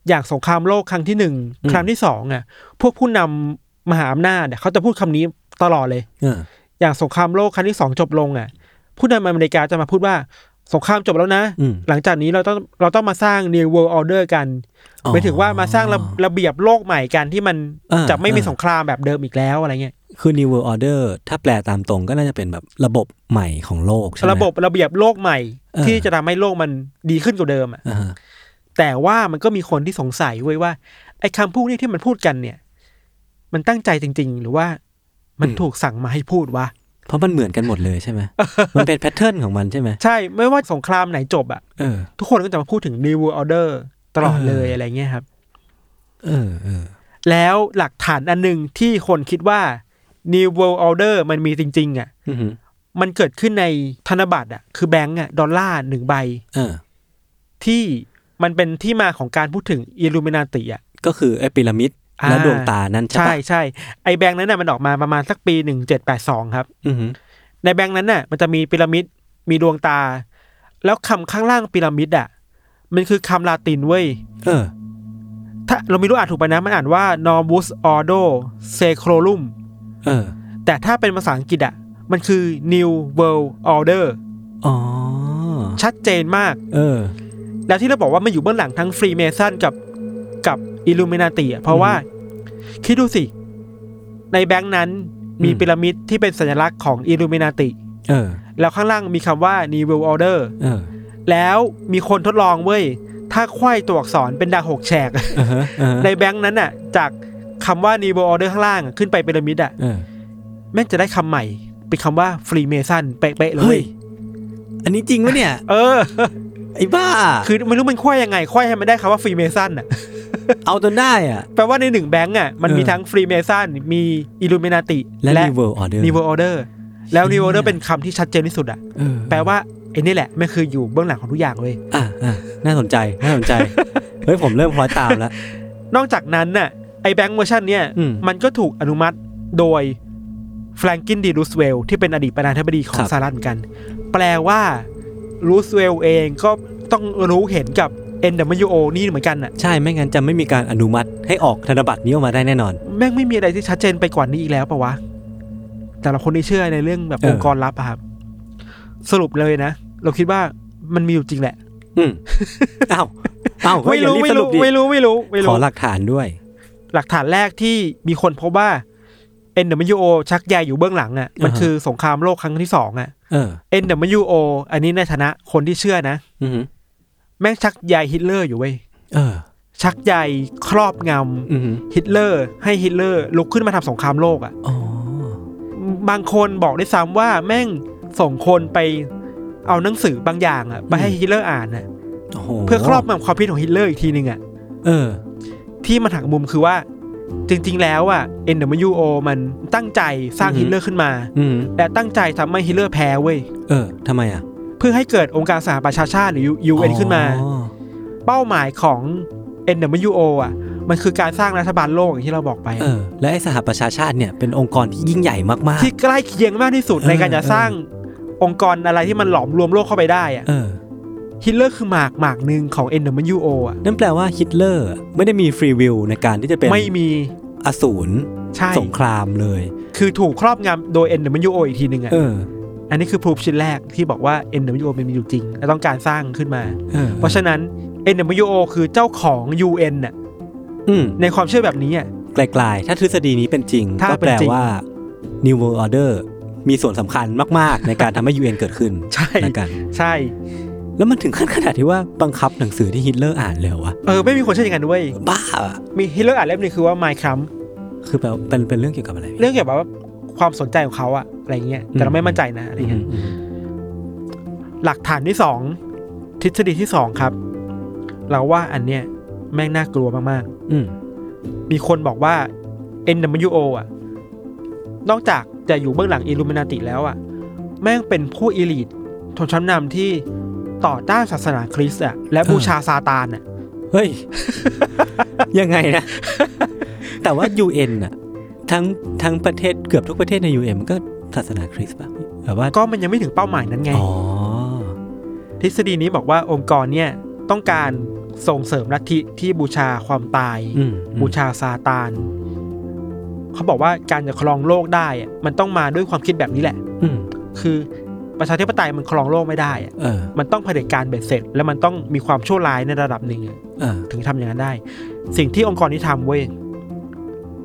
Speaker 3: อย่างสงครามโลกครั้งที่หนึ่ง
Speaker 2: อืม
Speaker 3: ครั้งที่สองอ่ะ พวกผู้นำมหาอำนาจอะเขาจะพูดคำนี้ตลอดเลย
Speaker 2: เออ
Speaker 3: อย่างสงครามโลกครั้งที่สองจบลงอ่ะ ผู้นำอเมริกาจะมาพูดว่าสงครามจบแล้วนะ
Speaker 2: อืม
Speaker 3: หลังจากนี้เราต้องเราต้องมาสร้าง New World Order กัน
Speaker 2: อ๋อ
Speaker 3: หมายถึงว่ามาสร้างระระเบียบโลกใหม่กันที่มัน
Speaker 2: เออ
Speaker 3: จะไม่มี
Speaker 2: เออ
Speaker 3: สงครามแบบเดิมอีกแล้วอะไรเงี้ย
Speaker 2: คือ New World Order ถ้าแปลตามตรงก็น่าจะเป็นแบบระบบใหม่ของโลกใช่ไหม
Speaker 3: ระบบระเบียบโลกใหม่
Speaker 2: เออ
Speaker 3: ที่จะทำให้โลกมันดีขึ้นกว่าเดิมอะ
Speaker 2: อ่าฮะ
Speaker 3: แต่ว่ามันก็มีคนที่สงสัยเว้ยว่าไอ้คำพูดนี่ที่มันพูดกันเนี่ย มันตั้งใจจริง ๆ หรือว่ามันถูกสั่งมาให้พูดวะ
Speaker 2: เพราะมันเหมือนกันหมดเลยใช่ ไหม มันเป็นแพทเทิร์นของมันใช่ไหม
Speaker 3: ใช่ไม่ว่าสงครามไหนจบอะ
Speaker 2: เออ
Speaker 3: ทุกคนก็จะมาพูดถึง New World Order ตลอดเลย
Speaker 2: เอออ
Speaker 3: อะไรเงี้ยครับ
Speaker 2: เออเออ
Speaker 3: แล้วหลักฐานอันหนึ่งที่คนคิดว่า New World Order มันมีจริงๆอ่ะ
Speaker 2: อืม
Speaker 3: มันเกิดขึ้นในธนบัตรอ่ะ คือแบงก์อ่ะ ดอลลาร์หนึ่งใบ
Speaker 2: เออ
Speaker 3: ที่มันเป็นที่มาของการพูดถึงอิลูมินาติอ่ะ
Speaker 2: ก็คือไอ้พีระมิด
Speaker 3: อ่า
Speaker 2: และดวงตานั่นใช่
Speaker 3: ใช่
Speaker 2: ปะ
Speaker 3: ใช่ไอแบงก์นั้นน่ะมันออกมาประมาณสักปีหนึ่งเจ็ดแปดสองครับ
Speaker 2: อืม
Speaker 3: ในแบงก์นั้นน่ะ มันจะมีพีระมิดมีดวงตา แล้วคำข้างล่างพีระมิดอ่ะ มันคือคำลาตินเว้ย
Speaker 2: เออ
Speaker 3: ถ้าเราไม่รู้อ่านถูกไปะนะมันอ่านว่า Normus Ordo Seclorum
Speaker 2: เออ
Speaker 3: แต่ถ้าเป็นภาษาอังกฤษอ่ะ มันคือ New World Order
Speaker 2: อ๋อ
Speaker 3: ชัดเจนมาก
Speaker 2: เออ
Speaker 3: แล้วที่เราบอกว่ามันอยู่เบื้องหลังทั้งฟรีเมซันกับกับอิลูมินาติอ่ะเพราะว่า คิดดูสิ ในแบงค์นั้นมี
Speaker 2: อืม
Speaker 3: พีระมิดที่เป็นสัญลักษณ์ของอิลูมินาติ
Speaker 2: เออ
Speaker 3: แล้วข้างล่างมีคำว่า New World Order
Speaker 2: เออ
Speaker 3: แล้วมีคนทดลองเว้ย ถ้าควยตัวอักษรเป็นดาวหกแฉก
Speaker 2: เออฮะเออฮะ
Speaker 3: ในแบงค์นั้นน่ะ จากคำว่า New World Order ข้างล่างอ่ะขึ้นไปพีระมิดอ่ะ
Speaker 2: เออ
Speaker 3: แม่งจะได้คำใหม่ เป็นคำว่าฟรีเมซันเป๊ะๆเล
Speaker 2: เฮ้
Speaker 3: ย
Speaker 2: ย อันนี้จริงปะเนี่ย
Speaker 3: เอ อ
Speaker 2: ไอ้บ้า
Speaker 3: คือไม่รู้มันควยยังไงควยให้มันได้คำว่าฟรีเมซันอ่ะ
Speaker 2: เอาจนได้อ่ะ
Speaker 3: แปลว่าในหนึ่งแบงก์อ่ะมันมี
Speaker 2: เออ
Speaker 3: ทั้งฟรีเมซันมีอิลูเมนาติ
Speaker 2: และ New World Order
Speaker 3: นิเวอร์ออเดอร์แล้วนิเวอร์ออเดอร์เป็นคำที่ชัดเจนที่สุดอ่ะ
Speaker 2: เออ
Speaker 3: แปลว่าไอ้นี่แหละมันคืออยู่เบื้องหลังของทุกอย่างเว้ย
Speaker 2: อ่ะอ่ะน่าสนใจ น่าสนใจ เฮ้ย ผมเริ่มคล้อยตามแล้ว
Speaker 3: นอกจากนั้นน่ะไอ้แบงก์เวอร์ชันเนี่ย
Speaker 2: อืม
Speaker 3: มันก็ถูกอนุมัติโดยแฟรงกินดีรูสเวลที่เป็นอดีตประธานาธิบดีของ
Speaker 2: ครับ
Speaker 3: สหรัฐเหมือนกัน แปลว่ารูสเวลเองก็ต้องรู้เห็นกับ NWO นี่เหมือนกันน่ะ
Speaker 2: ใช่ ไม่งั้นจะไม่มีการอนุมัติให้ออกธนบัตรนี้ออกมาได้แน่นอน
Speaker 3: แม่งไม่มีอะไรที่ชัดเจนไปกว่านี้อีกแล้วปะวะ แต่ละคนที่เชื่อในเรื่องแบบ
Speaker 2: เออ
Speaker 3: องค์กรลับอะครับ สรุปเลยนะ เราคิดว่ามันมีอยู่จริงแหละ
Speaker 2: อืมอ้าวอ้าวเฮ้ย
Speaker 3: ไม่รู้
Speaker 2: อย่าบ
Speaker 3: ไม่
Speaker 2: ส
Speaker 3: รู้
Speaker 2: ปดิ
Speaker 3: ไม่รู้ไม่รู้ไม่
Speaker 2: ขอ
Speaker 3: รู้
Speaker 2: หลักฐานด้วย
Speaker 3: หลักฐานแรกที่มีคนพบว่า NWO ชักใยอยู่เบื้องหลังอ่ะมัน
Speaker 2: อ่าฮะ
Speaker 3: คือสงครามโลกครั้งที่สองอ่ะ
Speaker 2: เออ
Speaker 3: NWO อันนี้ในฐานะคนที่เชื่อนะ
Speaker 2: อือหือ
Speaker 3: แม่งชักใยฮิตเลอร์อยู่เว้ย
Speaker 2: เออ
Speaker 3: ชักใยครอบง
Speaker 2: อือหือ
Speaker 3: ำฮิตเลอร์ ให้ฮิตเลอร์ลุกขึ้นมาทำสงครามโลกอ่ะ
Speaker 2: อ๋อบ
Speaker 3: างคนบอกได้วยซ้ำว่าแม่งส่งคนไปเอาหนังสือบางอย่างอ่ะไปให้ฮิตเลอร์อ่านอ่ะ
Speaker 2: โโห
Speaker 3: เพื่อครอบงำความคิดของฮิตเลอร์อีกทีหนึ่งอ่ะ
Speaker 2: เออ
Speaker 3: ที่มันหักมุมคือว่าจริง ๆ แล้วอ่ะ NWO มันตั้งใจสร้าง
Speaker 2: อือฮึ
Speaker 3: ฮิตเลอร์ขึ้นมา
Speaker 2: อือหือ
Speaker 3: และตั้งใจทำให้ฮิตเลอร์แพ้เว้ย
Speaker 2: เออทำไมอ่ะ
Speaker 3: เพื่อให้เกิดองค์การสหประชาชาติหรือ UN ขึ้นมา
Speaker 2: อ๋อ
Speaker 3: เป้าหมายของ NWO อ่ะ มันคือการสร้างรัฐบาลโลกอย่างที่เราบอกไป
Speaker 2: เออ และไอ้สหประชาชาติเนี่ยเป็นองค์กรที่ยิ่งใหญ่มาก
Speaker 3: ที่ใกล้เคียงมากที่สุด
Speaker 2: เออ
Speaker 3: ในการจะสร้างองค์กรอะไรที่มันหลอมรวมโลกเข้าไปได้อ่ะ
Speaker 2: ๆ เออ
Speaker 3: ฮิตเลอร์คือหมากหมากหนึ่งของ NWO อ่ะ
Speaker 2: นั่นแปลว่าฮิตเลอร์ไม่ได้มีฟรีวิลในการที่จะเป็น
Speaker 3: ไม่มี
Speaker 2: อสูร
Speaker 3: ใช่
Speaker 2: สงครามเลย
Speaker 3: คือถูกครอบงำโดย NWO อีกทีหนึ่งอ่ะ
Speaker 2: เออ
Speaker 3: อันนี้คือพรูฟชิ้นแรกที่บอกว่า NWO มันมีอยู่จริง และต้องการสร้างขึ้นมา
Speaker 2: เออ
Speaker 3: เพราะฉะนั้น NWO คือเจ้าของ UN น่ะ
Speaker 2: อืม
Speaker 3: ในความเชื่อแบบนี้อ่ะ
Speaker 2: ไกลๆ ถ้าทฤษฎีนี้เป็นจริง
Speaker 3: ถ้า
Speaker 2: ก็
Speaker 3: เป็
Speaker 2: แป
Speaker 3: น
Speaker 2: ล
Speaker 3: จริง
Speaker 2: ว่า New World Order มีส่วนสำคัญมาก ๆ ในการทำให้ UN เกิดขึ้น
Speaker 3: ใช่
Speaker 2: แล้วกัน
Speaker 3: ใช่
Speaker 2: แล้วมันถึงขั้นขนาดที่ว่าบังคับหนังสือที่ฮิตเลอร์อ่านเลยเหรอวะ
Speaker 3: เออ ไม่มีคนเชื่ออย่างนั้นด้วย
Speaker 2: บ้าอะ
Speaker 3: มีฮิตเลอร์อ่านเล่มหนึงคือว่าไมค์ครับ
Speaker 2: คือแปลว่าเป็นเป็นเรื่องเกี่ยวกับอะไรพี่
Speaker 3: เรื่องเกี่ยวกับว่าความสนใจของเขาอะอะไรเงี้ยแต่เราไม่มั่นใจนะอะไร
Speaker 2: อืม
Speaker 3: เงี้ย
Speaker 2: อืม
Speaker 3: หลักฐานที่สองทฤษฎีที่สองครับ เราว่าอันเนี้ยแม่งน่ากลัวมาก
Speaker 2: อืม
Speaker 3: ๆ มีคนบอกว่า NWO อ่ะนอกจากจะอยู่เบื้องหลังอิลูมินาติแล้วอ่ะ แม่งเป็นผู้อีลิทชนชั้นนำที่ต่อต้านศาสนาคริสต์อ่ะและบูชาซาตานอ่ะ
Speaker 2: เฮ้ย ยังไงนะ แต่ว่า UN อ่ะ ทั้งทั้งประเทศเกือบทุกประเทศใน UN มันก็ศาสนาคริสต์ป่ะแต่ว่า
Speaker 3: ก็มันยังไม่ถึงเป้าหมายนั้นไง
Speaker 2: อ๋อ
Speaker 3: ทฤษฎีนี้บอกว่าองค์กรเนี่ยต้องการส่งเสริมลัทธิที่บูชาความตาย
Speaker 2: อืม
Speaker 3: บูชาซาตาน เขาบอกว่าการจะครองโลกได้อะมันต้องมาด้วยความคิดแบบนี้แหละ
Speaker 2: อืม
Speaker 3: คือประชาธิปไตยมันครองโลกไม่ได้อะ
Speaker 2: เออ
Speaker 3: มันต้องเผด็จการเบ็ดเสร็จ แล้วมันต้องมีความชั่วร้ายในระดับหนึ่งอะ
Speaker 2: เออ
Speaker 3: ถึงทำอย่างนั้นได้ สิ่งที่องค์กรนี้ทำเว้ย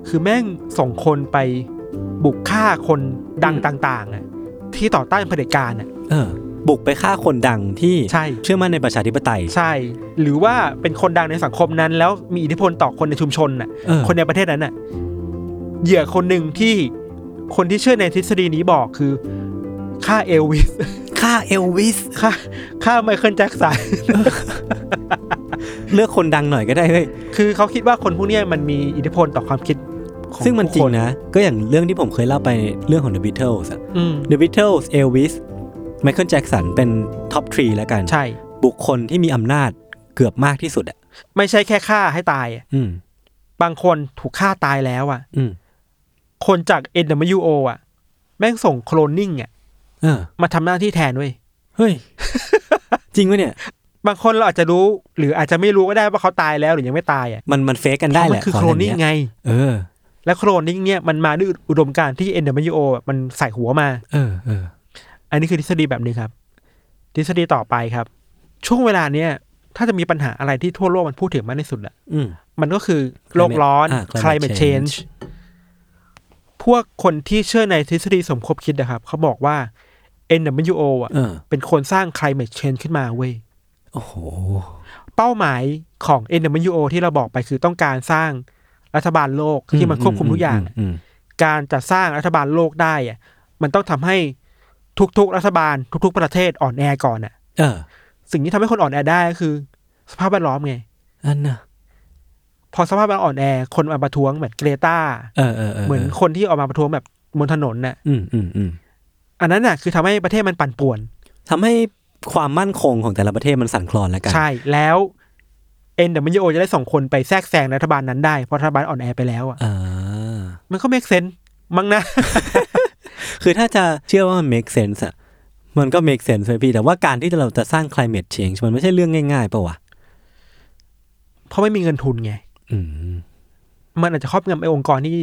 Speaker 3: คือแม่งส่งคนไปบุกฆ่าคนดัง
Speaker 2: อืม
Speaker 3: ต่าง ๆอะที่ต่อต้านเผด็จการอะ
Speaker 2: เออ บุกไปฆ่าคนดังที่
Speaker 3: ใช่
Speaker 2: เชื่อมั่นในประชาธิปไตย
Speaker 3: ใช่ หรือว่าเป็นคนดังในสังคมนั้น แล้วมีอิทธิพลต่อคนในชุมชนน่ะ
Speaker 2: เออ
Speaker 3: คนในประเทศนั้นน่ะ เหยื่อคนหนึ่งที่คนที่เชื่อในทฤษฎีนี้บอกคือฆ่าเอล วิส
Speaker 2: ฆ่าเอลวิส
Speaker 3: ฆ่าฆ่าไมเคิลแจ็คสัน
Speaker 2: เลือกคนดังหน่อยก็ได้เฮ้ย
Speaker 3: คือเขาคิดว่าคนพวกเนี้ยมันมีอิทธิพลต่อความคิดของ
Speaker 2: ซึ่งมันจริ
Speaker 3: ผู้ค
Speaker 2: งนะ ก็อย่างเรื่องที่ผมเคยเล่าไปเรื่องของ The Beatles อะ
Speaker 3: อืม
Speaker 2: The Beatles Elvis Michael Jackson เป็นท็อปทรีแล้วกัน
Speaker 3: ใช่
Speaker 2: บุคคลที่มีอำนาจเกือบมากที่สุดอ่ะ
Speaker 3: ไม่ใช่แค่ฆ่าให้ตายอะ
Speaker 2: อืม
Speaker 3: บางคนถูกฆ่าตายแล้วอ่ะ
Speaker 2: อืม
Speaker 3: คนจาก NWO อ่ะ แม่งส่งโคลนนิ่งอ่ะ
Speaker 2: เออ
Speaker 3: มาทำหน้าที่แทนเว้ย
Speaker 2: เฮ้ย จริงวะเนี่ย
Speaker 3: บางคนเราอาจจะรู้ หรืออาจจะไม่รู้ก็ได้ว่าเขาตายแล้วหรือยังไม่ตายอ่ะ
Speaker 2: มันมันเฟกกันได้แหละ
Speaker 3: เพราะมันคือ
Speaker 2: ข
Speaker 3: โคล
Speaker 2: แบบ
Speaker 3: น
Speaker 2: เย
Speaker 3: นิ่งไง
Speaker 2: เออ
Speaker 3: และโคลนนิ่งเนี่ยมันมาด้วยอุดมการณ์ที่ NWO แบบมันใส่หัวมา
Speaker 2: เออ เออ
Speaker 3: อันนี้คือทฤษฎีแบบหนึงครับ ทฤษฎีต่อไปครับ ช่วงเวลาเนี้ยถ้าจะมีปัญหาอะไรที่ทั่วโลกมันพูดถึงมากที่สุดอะ
Speaker 2: อืม
Speaker 3: มันก็คือโลกร้อน
Speaker 2: อ่า climate
Speaker 3: climate change
Speaker 2: change
Speaker 3: พวกคนที่เชื่อในทฤษฎีสมคบคิดนะครับ เขาบอกว่า NWO อ่ะ
Speaker 2: เออ
Speaker 3: เป็นคนสร้าง climate change ขึ้นมาเว้ย
Speaker 2: โอ้โห
Speaker 3: เป้าหมายของ NWO ที่เราบอกไปคือต้องการสร้างรัฐบาลโลกที่มันควบคุมทุกอย่าง
Speaker 2: อืม
Speaker 3: การจะสร้างรัฐบาลโลกได้อะมันต้องทำให้ทุกๆรัฐบาลทุก ๆ ประเทศอ่อนแอก่อนอะ
Speaker 2: เออ
Speaker 3: สิ่งที่ทำให้คนอ่อนแอได้ก็คือ สภาพแวดล้อมไง
Speaker 2: อันน่ะ
Speaker 3: พอสภาพแวดล้อมอ่อนแอคนมาประท้วงแบบเกรตา
Speaker 2: เออเออเออ
Speaker 3: เหมือนคนที่ออกมาประท้วงแบบบนถนนน่ะ
Speaker 2: อืมอืมอืม
Speaker 3: อันนั้นน่ะคือทำให้ประเทศมันปั่นป่วน
Speaker 2: ทำให้ความมั่นคงของแต่ละประเทศมันสั่นคลอนแล้วกัน
Speaker 3: ใช่แล้วเอ็นเดมันโอจะได้ส่งคนไปแทรกแซงรัฐบาลนั้นได้เพราะรัฐบาลอ่อนแอไปแล้วอ่ะ
Speaker 2: อ่า
Speaker 3: มันก็เมกเซนมั้งนะ
Speaker 2: คือถ้าจะเชื่อว่ามัน make sense อะมันก็ make sense เลยพี่ แต่ว่าการที่เราจะสร้าง climate change มันไม่ใช่เรื่องง่ายๆปะวะ
Speaker 3: เพราะไม่มีเงินทุนไง
Speaker 2: อืม
Speaker 3: มันอาจจะครอบงำไอ้องค์กรที่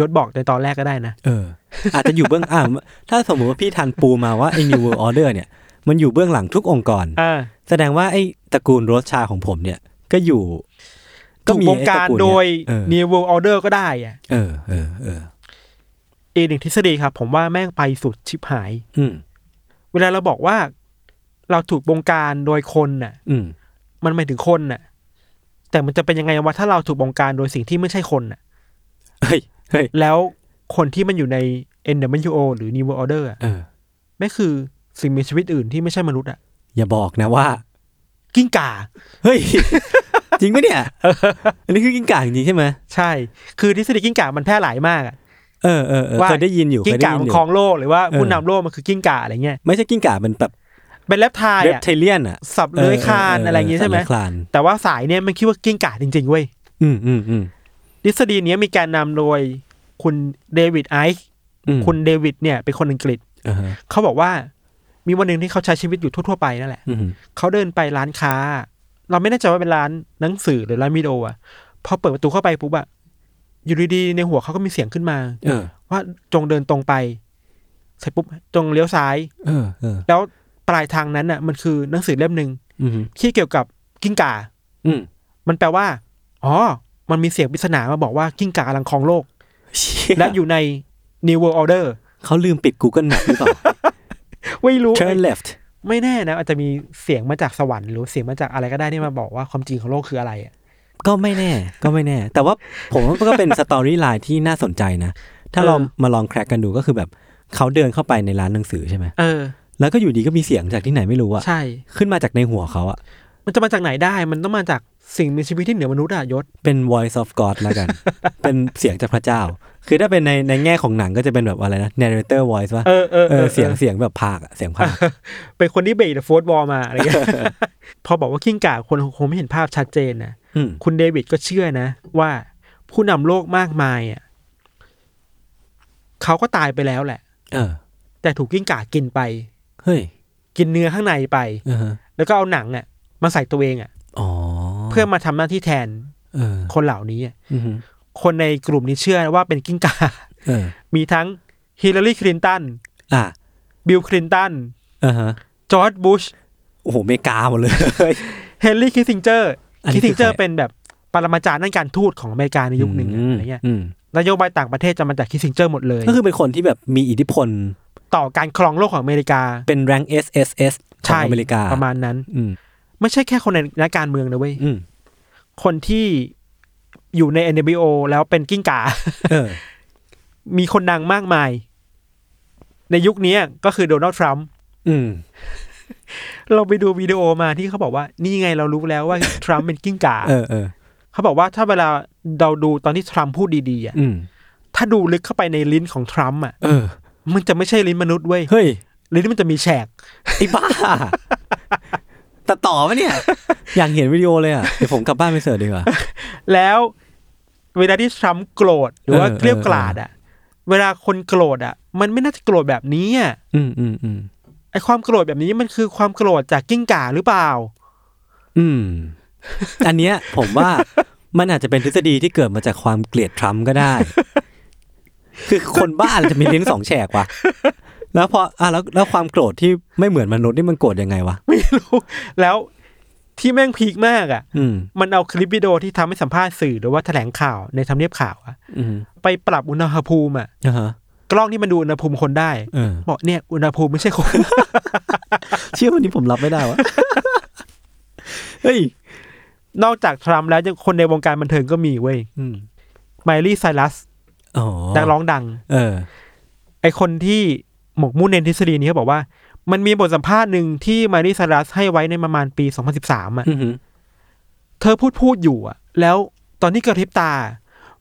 Speaker 3: ยศบอกในตอนแรกก็ได้นะ
Speaker 2: เออ อาจจะอยู่เบื้องอ่าถ้าสมมติว่าพี่ทันปูมาว่าไอ้ new world order เนี่ย มันอยู่เบื้องหลังทุกองค์กร
Speaker 3: อ่า
Speaker 2: แสดงว่าไอ้ตระกูลโรสชาของผมเนี่ย ก็อยู่
Speaker 3: ถูกบงการโดย
Speaker 2: เออ
Speaker 3: New World Order ก็ได้อะ
Speaker 2: เออเออเออ
Speaker 3: อีกหนึ่งทฤษฎีครับ ผมว่าแม่งไปสุดชิบหาย
Speaker 2: อืม
Speaker 3: เวลาเราบอกว่า เราถูกบงการโดยคนน่ะ
Speaker 2: อืม
Speaker 3: มันหมายถึงคนน่ะ แต่มันจะเป็นยังไงวะถ้าเราถูกบงการโดยสิ่งที่ไม่ใช่คนน่ะ
Speaker 2: เฮ้ยเฮ้ย
Speaker 3: แล้วคนที่มันอยู่ใน NWO หรือ New World Order อะ
Speaker 2: เออ
Speaker 3: ไม่คือสิ่งมีชีวิตอื่นที่ไม่ใช่มนุษย์อะ
Speaker 2: อย่าบอกนะว่า
Speaker 3: กิ้งก่า
Speaker 2: เฮ้ย จริงไหมเนี่ย อันนี้คือกิ้งก่าจริงๆใช่ไหม
Speaker 3: ใช่ คือทฤษฎีกิ้งก่ามันแพร่หลายมากอะ
Speaker 2: เออเออเออ
Speaker 3: ว่า
Speaker 2: เคยได้ยินอยู่
Speaker 3: กิ้
Speaker 2: เค
Speaker 3: ง
Speaker 2: ยได้
Speaker 3: ก่า
Speaker 2: ยิน
Speaker 3: มัน
Speaker 2: อ
Speaker 3: ครอยู่ งโลกหรือว่าผู้
Speaker 2: เออ
Speaker 3: นำโลกมันคือกิ้งก่าอะไรเงี้ย
Speaker 2: ไม่ใช่กิ้งก่ามันแบบ
Speaker 3: เป็นเลปทาย
Speaker 2: เรป
Speaker 3: อะ
Speaker 2: เทเลียนอะ
Speaker 3: สับเลื้อยคลานอะไรอย่างงี้ใช่ไหม
Speaker 2: สัตว์เลื้อยคลาน
Speaker 3: แต่ว่าสายเนี่ยมันคิดว่ากิ้งก่าจริงๆเว้ย
Speaker 2: อืมอืมอืม
Speaker 3: ทฤษฎีเนี้ยมีการนำโดยคุณเดวิดไอซ์
Speaker 2: อืม
Speaker 3: คุณเดวิดเนี่ยเป็นคนอังกฤษ
Speaker 2: อ่าฮะ
Speaker 3: เขาบอกว่ามีวันหนึ่งที่เขาใช้ชีวิตอยู่ทั่ว ๆ ไปนั่นแหละ
Speaker 2: อืม
Speaker 3: เขาเดินไปร้านค้า เราไม่แน่ใจว่าเป็นร้านหนังสือหรือร้านวิดีโออะพอเปิดประตูเข้าไปปุ๊บอะอยู่ดีๆในหัวเขาก็มีเสียงขึ้นมา
Speaker 2: เออ
Speaker 3: ว่าจงเดินตรงไปเสร็จปุ๊บจงเลี้ยวซ้าย
Speaker 2: เออเออ
Speaker 3: แล้วปลายทางนั้นอะมันคือหนังสือเล่มหนึ่ง
Speaker 2: อืม
Speaker 3: ที่เกี่ยวกับกิ้งก่า
Speaker 2: อืม
Speaker 3: มันแปลว่าอ๋อมันมีเสียงปริศนามาบอกว่ากิ้งก่ากำลังครองโลก
Speaker 2: เชี่ย
Speaker 3: และอยู่ใน New World Order
Speaker 2: เขาลืมปิด Google Map หรือเปล่า
Speaker 3: ไม่รู้
Speaker 2: Turn left
Speaker 3: ไม่แน่นะ อาจจะมีเสียงมาจากสวรรค์หรือเสียงมาจากอะไรก็ได้ที่มาบอกว่าความจริงของโลกคืออะไรอะ
Speaker 2: ก็ไม่แน่ ก็ไม่แน่ แต่ว่าผมว่าก็เป็นสตอรี่ไลน์ที่น่าสนใจนะ ถ้าเรามาลองแคร็กกันดูก็คือแบบเขาเดินเข้าไปในร้านหนังสือใช่ไหม
Speaker 3: เออ
Speaker 2: แล้วก็อยู่ดีก็มีเสียงจากที่ไหนไม่รู้อะ
Speaker 3: ใช่
Speaker 2: ขึ้นมาจากในหัวเขาอะ
Speaker 3: มันจะมาจากไหนได้ มันต้องมาจากสิ่งมีชีวิตที่เหนือมนุษย์อะยศ
Speaker 2: เป็น voice of God แล้ว กัน เป็นเสียงจากพระเจ้า คือถ้าเป็นในในแง่ของหนังก็จะเป็นแบบอะไรนะ narrator voice ว่า
Speaker 3: เออเออ
Speaker 2: เออเสียงเสียงแบบภาคอะเสียงภาค
Speaker 3: เป็นคนที่เบรกเดอะโฟร์บอลมาอะไรเงี้ย พอบอกว่ากิ้งก่าคนคงไม่เห็นภาพชัดเจนนะ
Speaker 2: อืม
Speaker 3: คุณเดวิดก็เชื่อนะ ว่าผู้นำโลกมากมายอะเขาก็ตายไปแล้วแหละ
Speaker 2: เออ
Speaker 3: แต่ถูกกิ้งก่ากินไป
Speaker 2: เฮ้ย
Speaker 3: กินเนื้อข้างในไป
Speaker 2: อ่าฮะ
Speaker 3: แล้วก็เอาหนังอะมาใส่ตัวเองอะ
Speaker 2: อ๋อ
Speaker 3: เพื่อมาทำหน้าที่แทน
Speaker 2: เออ
Speaker 3: คนเหล่านี้อะ
Speaker 2: อือฮึ
Speaker 3: คนในกลุ่มนี้เชื่อว่าเป็นกิ้งก่า
Speaker 2: เออ
Speaker 3: มีทั้งฮิลลารีคลินตัน
Speaker 2: อ่ะ
Speaker 3: บิลคลินตัน
Speaker 2: อ่าฮะ
Speaker 3: จอร์ดบุช
Speaker 2: โอ้โหอเมริกาหมดเลย
Speaker 3: เฮนรี่คิสซิงเจอร์
Speaker 2: อันนี้
Speaker 3: คิส
Speaker 2: คือใคร
Speaker 3: ซิงเจอร์เป็นแบบปรมาจารย์ด้านการทูตของอเมริกาในยุคหนึ่งอะอะไรเงี้ย
Speaker 2: อืม
Speaker 3: นโยบายต่างประเทศจะมาจากคิสซิงเจอร์หมดเลย
Speaker 2: ก็คือเป็นคนที่แบบมีอิทธิพล
Speaker 3: ต่อการครองโลกของอเมริกา
Speaker 2: เป็นแรง S S S ของ
Speaker 3: ใช่
Speaker 2: อเมริกา
Speaker 3: ประมาณนั้น
Speaker 2: อืม
Speaker 3: ไม่ใช่แค่คนในนักการเมืองนะเว้ย
Speaker 2: อืม
Speaker 3: คนที่อยู่ใน NBO แล้วเป็นกิ้งก่า
Speaker 2: เออ
Speaker 3: มีคนดังมากมาย ในยุคนี้ก็คือโดนัลด์ทรัมป์
Speaker 2: อืม
Speaker 3: เราไปดูวิดีโอมาที่เขาบอกว่า นี่ไงเรารู้แล้วว่า ทรัมป์เป็นกิ้งก่า
Speaker 2: เออเออ
Speaker 3: เขาบอกว่าถ้าเวลาเราดูตอนที่ทรัมป์พูดดีๆอ่ะ
Speaker 2: อืม
Speaker 3: ถ้าดูลึกเข้าไปในลิ้นของทรัมป์อ่ะ
Speaker 2: เออ
Speaker 3: มันจะไม่ใช่ลิ้นมนุษย์เว้ย
Speaker 2: เฮ้ย
Speaker 3: ลิ้นมันจะมีแฉก
Speaker 2: ไอ้บ้า ตัดต่อปะเนี่ย อยากเห็นวิดีโอเลยอ่ะ เดี๋ยวผมกลับบ้านไปเสิร์ชดีกว่า
Speaker 3: แล้วเวลาที่ทรัมป์โกรธหรือว่า
Speaker 2: เออ
Speaker 3: เกลียวกลาดอ่ะ เวลาคนโกรธอ่ะ มันไม่น่าจะโกรธแบบนี้อ่ะ
Speaker 2: อืมอืมอืม
Speaker 3: ไอความโกรธแบบนี้มันคือความโกรธจากกิ้งก่าหรือเปล่า
Speaker 2: อืม อันเนี้ย ผมว่ามันอาจจะเป็นทฤษฎีที่เกิดมาจากความเกลียดทรัมป์ก็ได้ คือคนบ้าอะไรจะมีลิ้นสองแฉกวะ แล้วพออ่ะแล้วแล้วความโกรธที่ไม่เหมือนมนุษย์นี่มันโกรธยังไงวะ
Speaker 3: ไม่รู้ แล้วที่แม่งพีคมากอ่ะ
Speaker 2: อืม
Speaker 3: มันเอาคลิปวิดีโอที่ทำให้สัมภาษณ์สื่อหรือว่าแถลงข่าวในทำเนียบข่าวอะ
Speaker 2: อืม
Speaker 3: ไปปรับอุณหภูมิอะ
Speaker 2: อ่าฮะ
Speaker 3: กล้องที่มันดูอุณหภูมิคนได้
Speaker 2: เออ
Speaker 3: บอกเนี่ยอุณหภูมิไม่ใช่คน
Speaker 2: เชื่อวันนี้ผมรับไม่ได้วะ เฮ้ย
Speaker 3: นอกจากทรัมป์แล้วยังคนในวงการบันเทิงก็มีเว้ย
Speaker 2: อืม
Speaker 3: ไมลี่ไซรัส
Speaker 2: อ๋อ
Speaker 3: นักร้องดัง
Speaker 2: เออ
Speaker 3: ไอคนที่หมกมุ่นในทฤษฎีนี้เขาบอกว่า มันมีบทสัมภาษณ์หนึ่งที่ไมลี่ไซรัสให้ไว้ในประมาณปี 2013อะ
Speaker 2: อือหือ
Speaker 3: เธอพูดพูดอยู่อะแล้วตอนที่กระพริบตา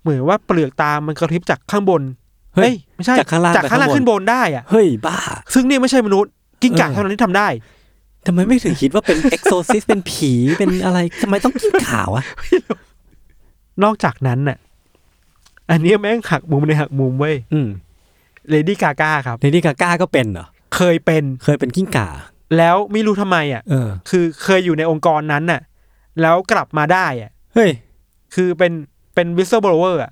Speaker 3: เหมือนว่าเปลือกตามันกระพริบจากข้างบน
Speaker 2: เฮ้ย
Speaker 3: ไม่ใช่
Speaker 2: จากข้างล่าง
Speaker 3: จากข้างล่าง
Speaker 2: ไปข้างบน
Speaker 3: ขึ้นบนได้อะ
Speaker 2: เฮ้ยบ้า
Speaker 3: ซึ่งนี่ไม่ใช่มนุษย์กิ้งก่า
Speaker 2: เออ
Speaker 3: เท่านั้นที่ทำได้
Speaker 2: ทำไมไม่ถึงคิดว่าเป็น เอ็กโซซิสเป็นผี เป็นอะไร ทำไมต้องกินขาวอะ
Speaker 3: นอกจากนั้นน่ะ อันเนี้ยแม่งหักมุมในหักมุมเว้ย
Speaker 2: อืม
Speaker 3: เลดี้กาก้าครับ
Speaker 2: เลดี้กาก้าก็เป็นเหรอ
Speaker 3: เคยเป็น
Speaker 2: เคยเป็นกิ้งก่า
Speaker 3: แล้วไม่รู้ทำไมอ่ะ
Speaker 2: เออ
Speaker 3: คือเคยอยู่ในองค์กรนั้นน่ะ แล้วกลับมาได้อ่ะ
Speaker 2: เฮ้ย
Speaker 3: คือเป็นเป็นวิสเซอร์บลเวอร์อ่ะ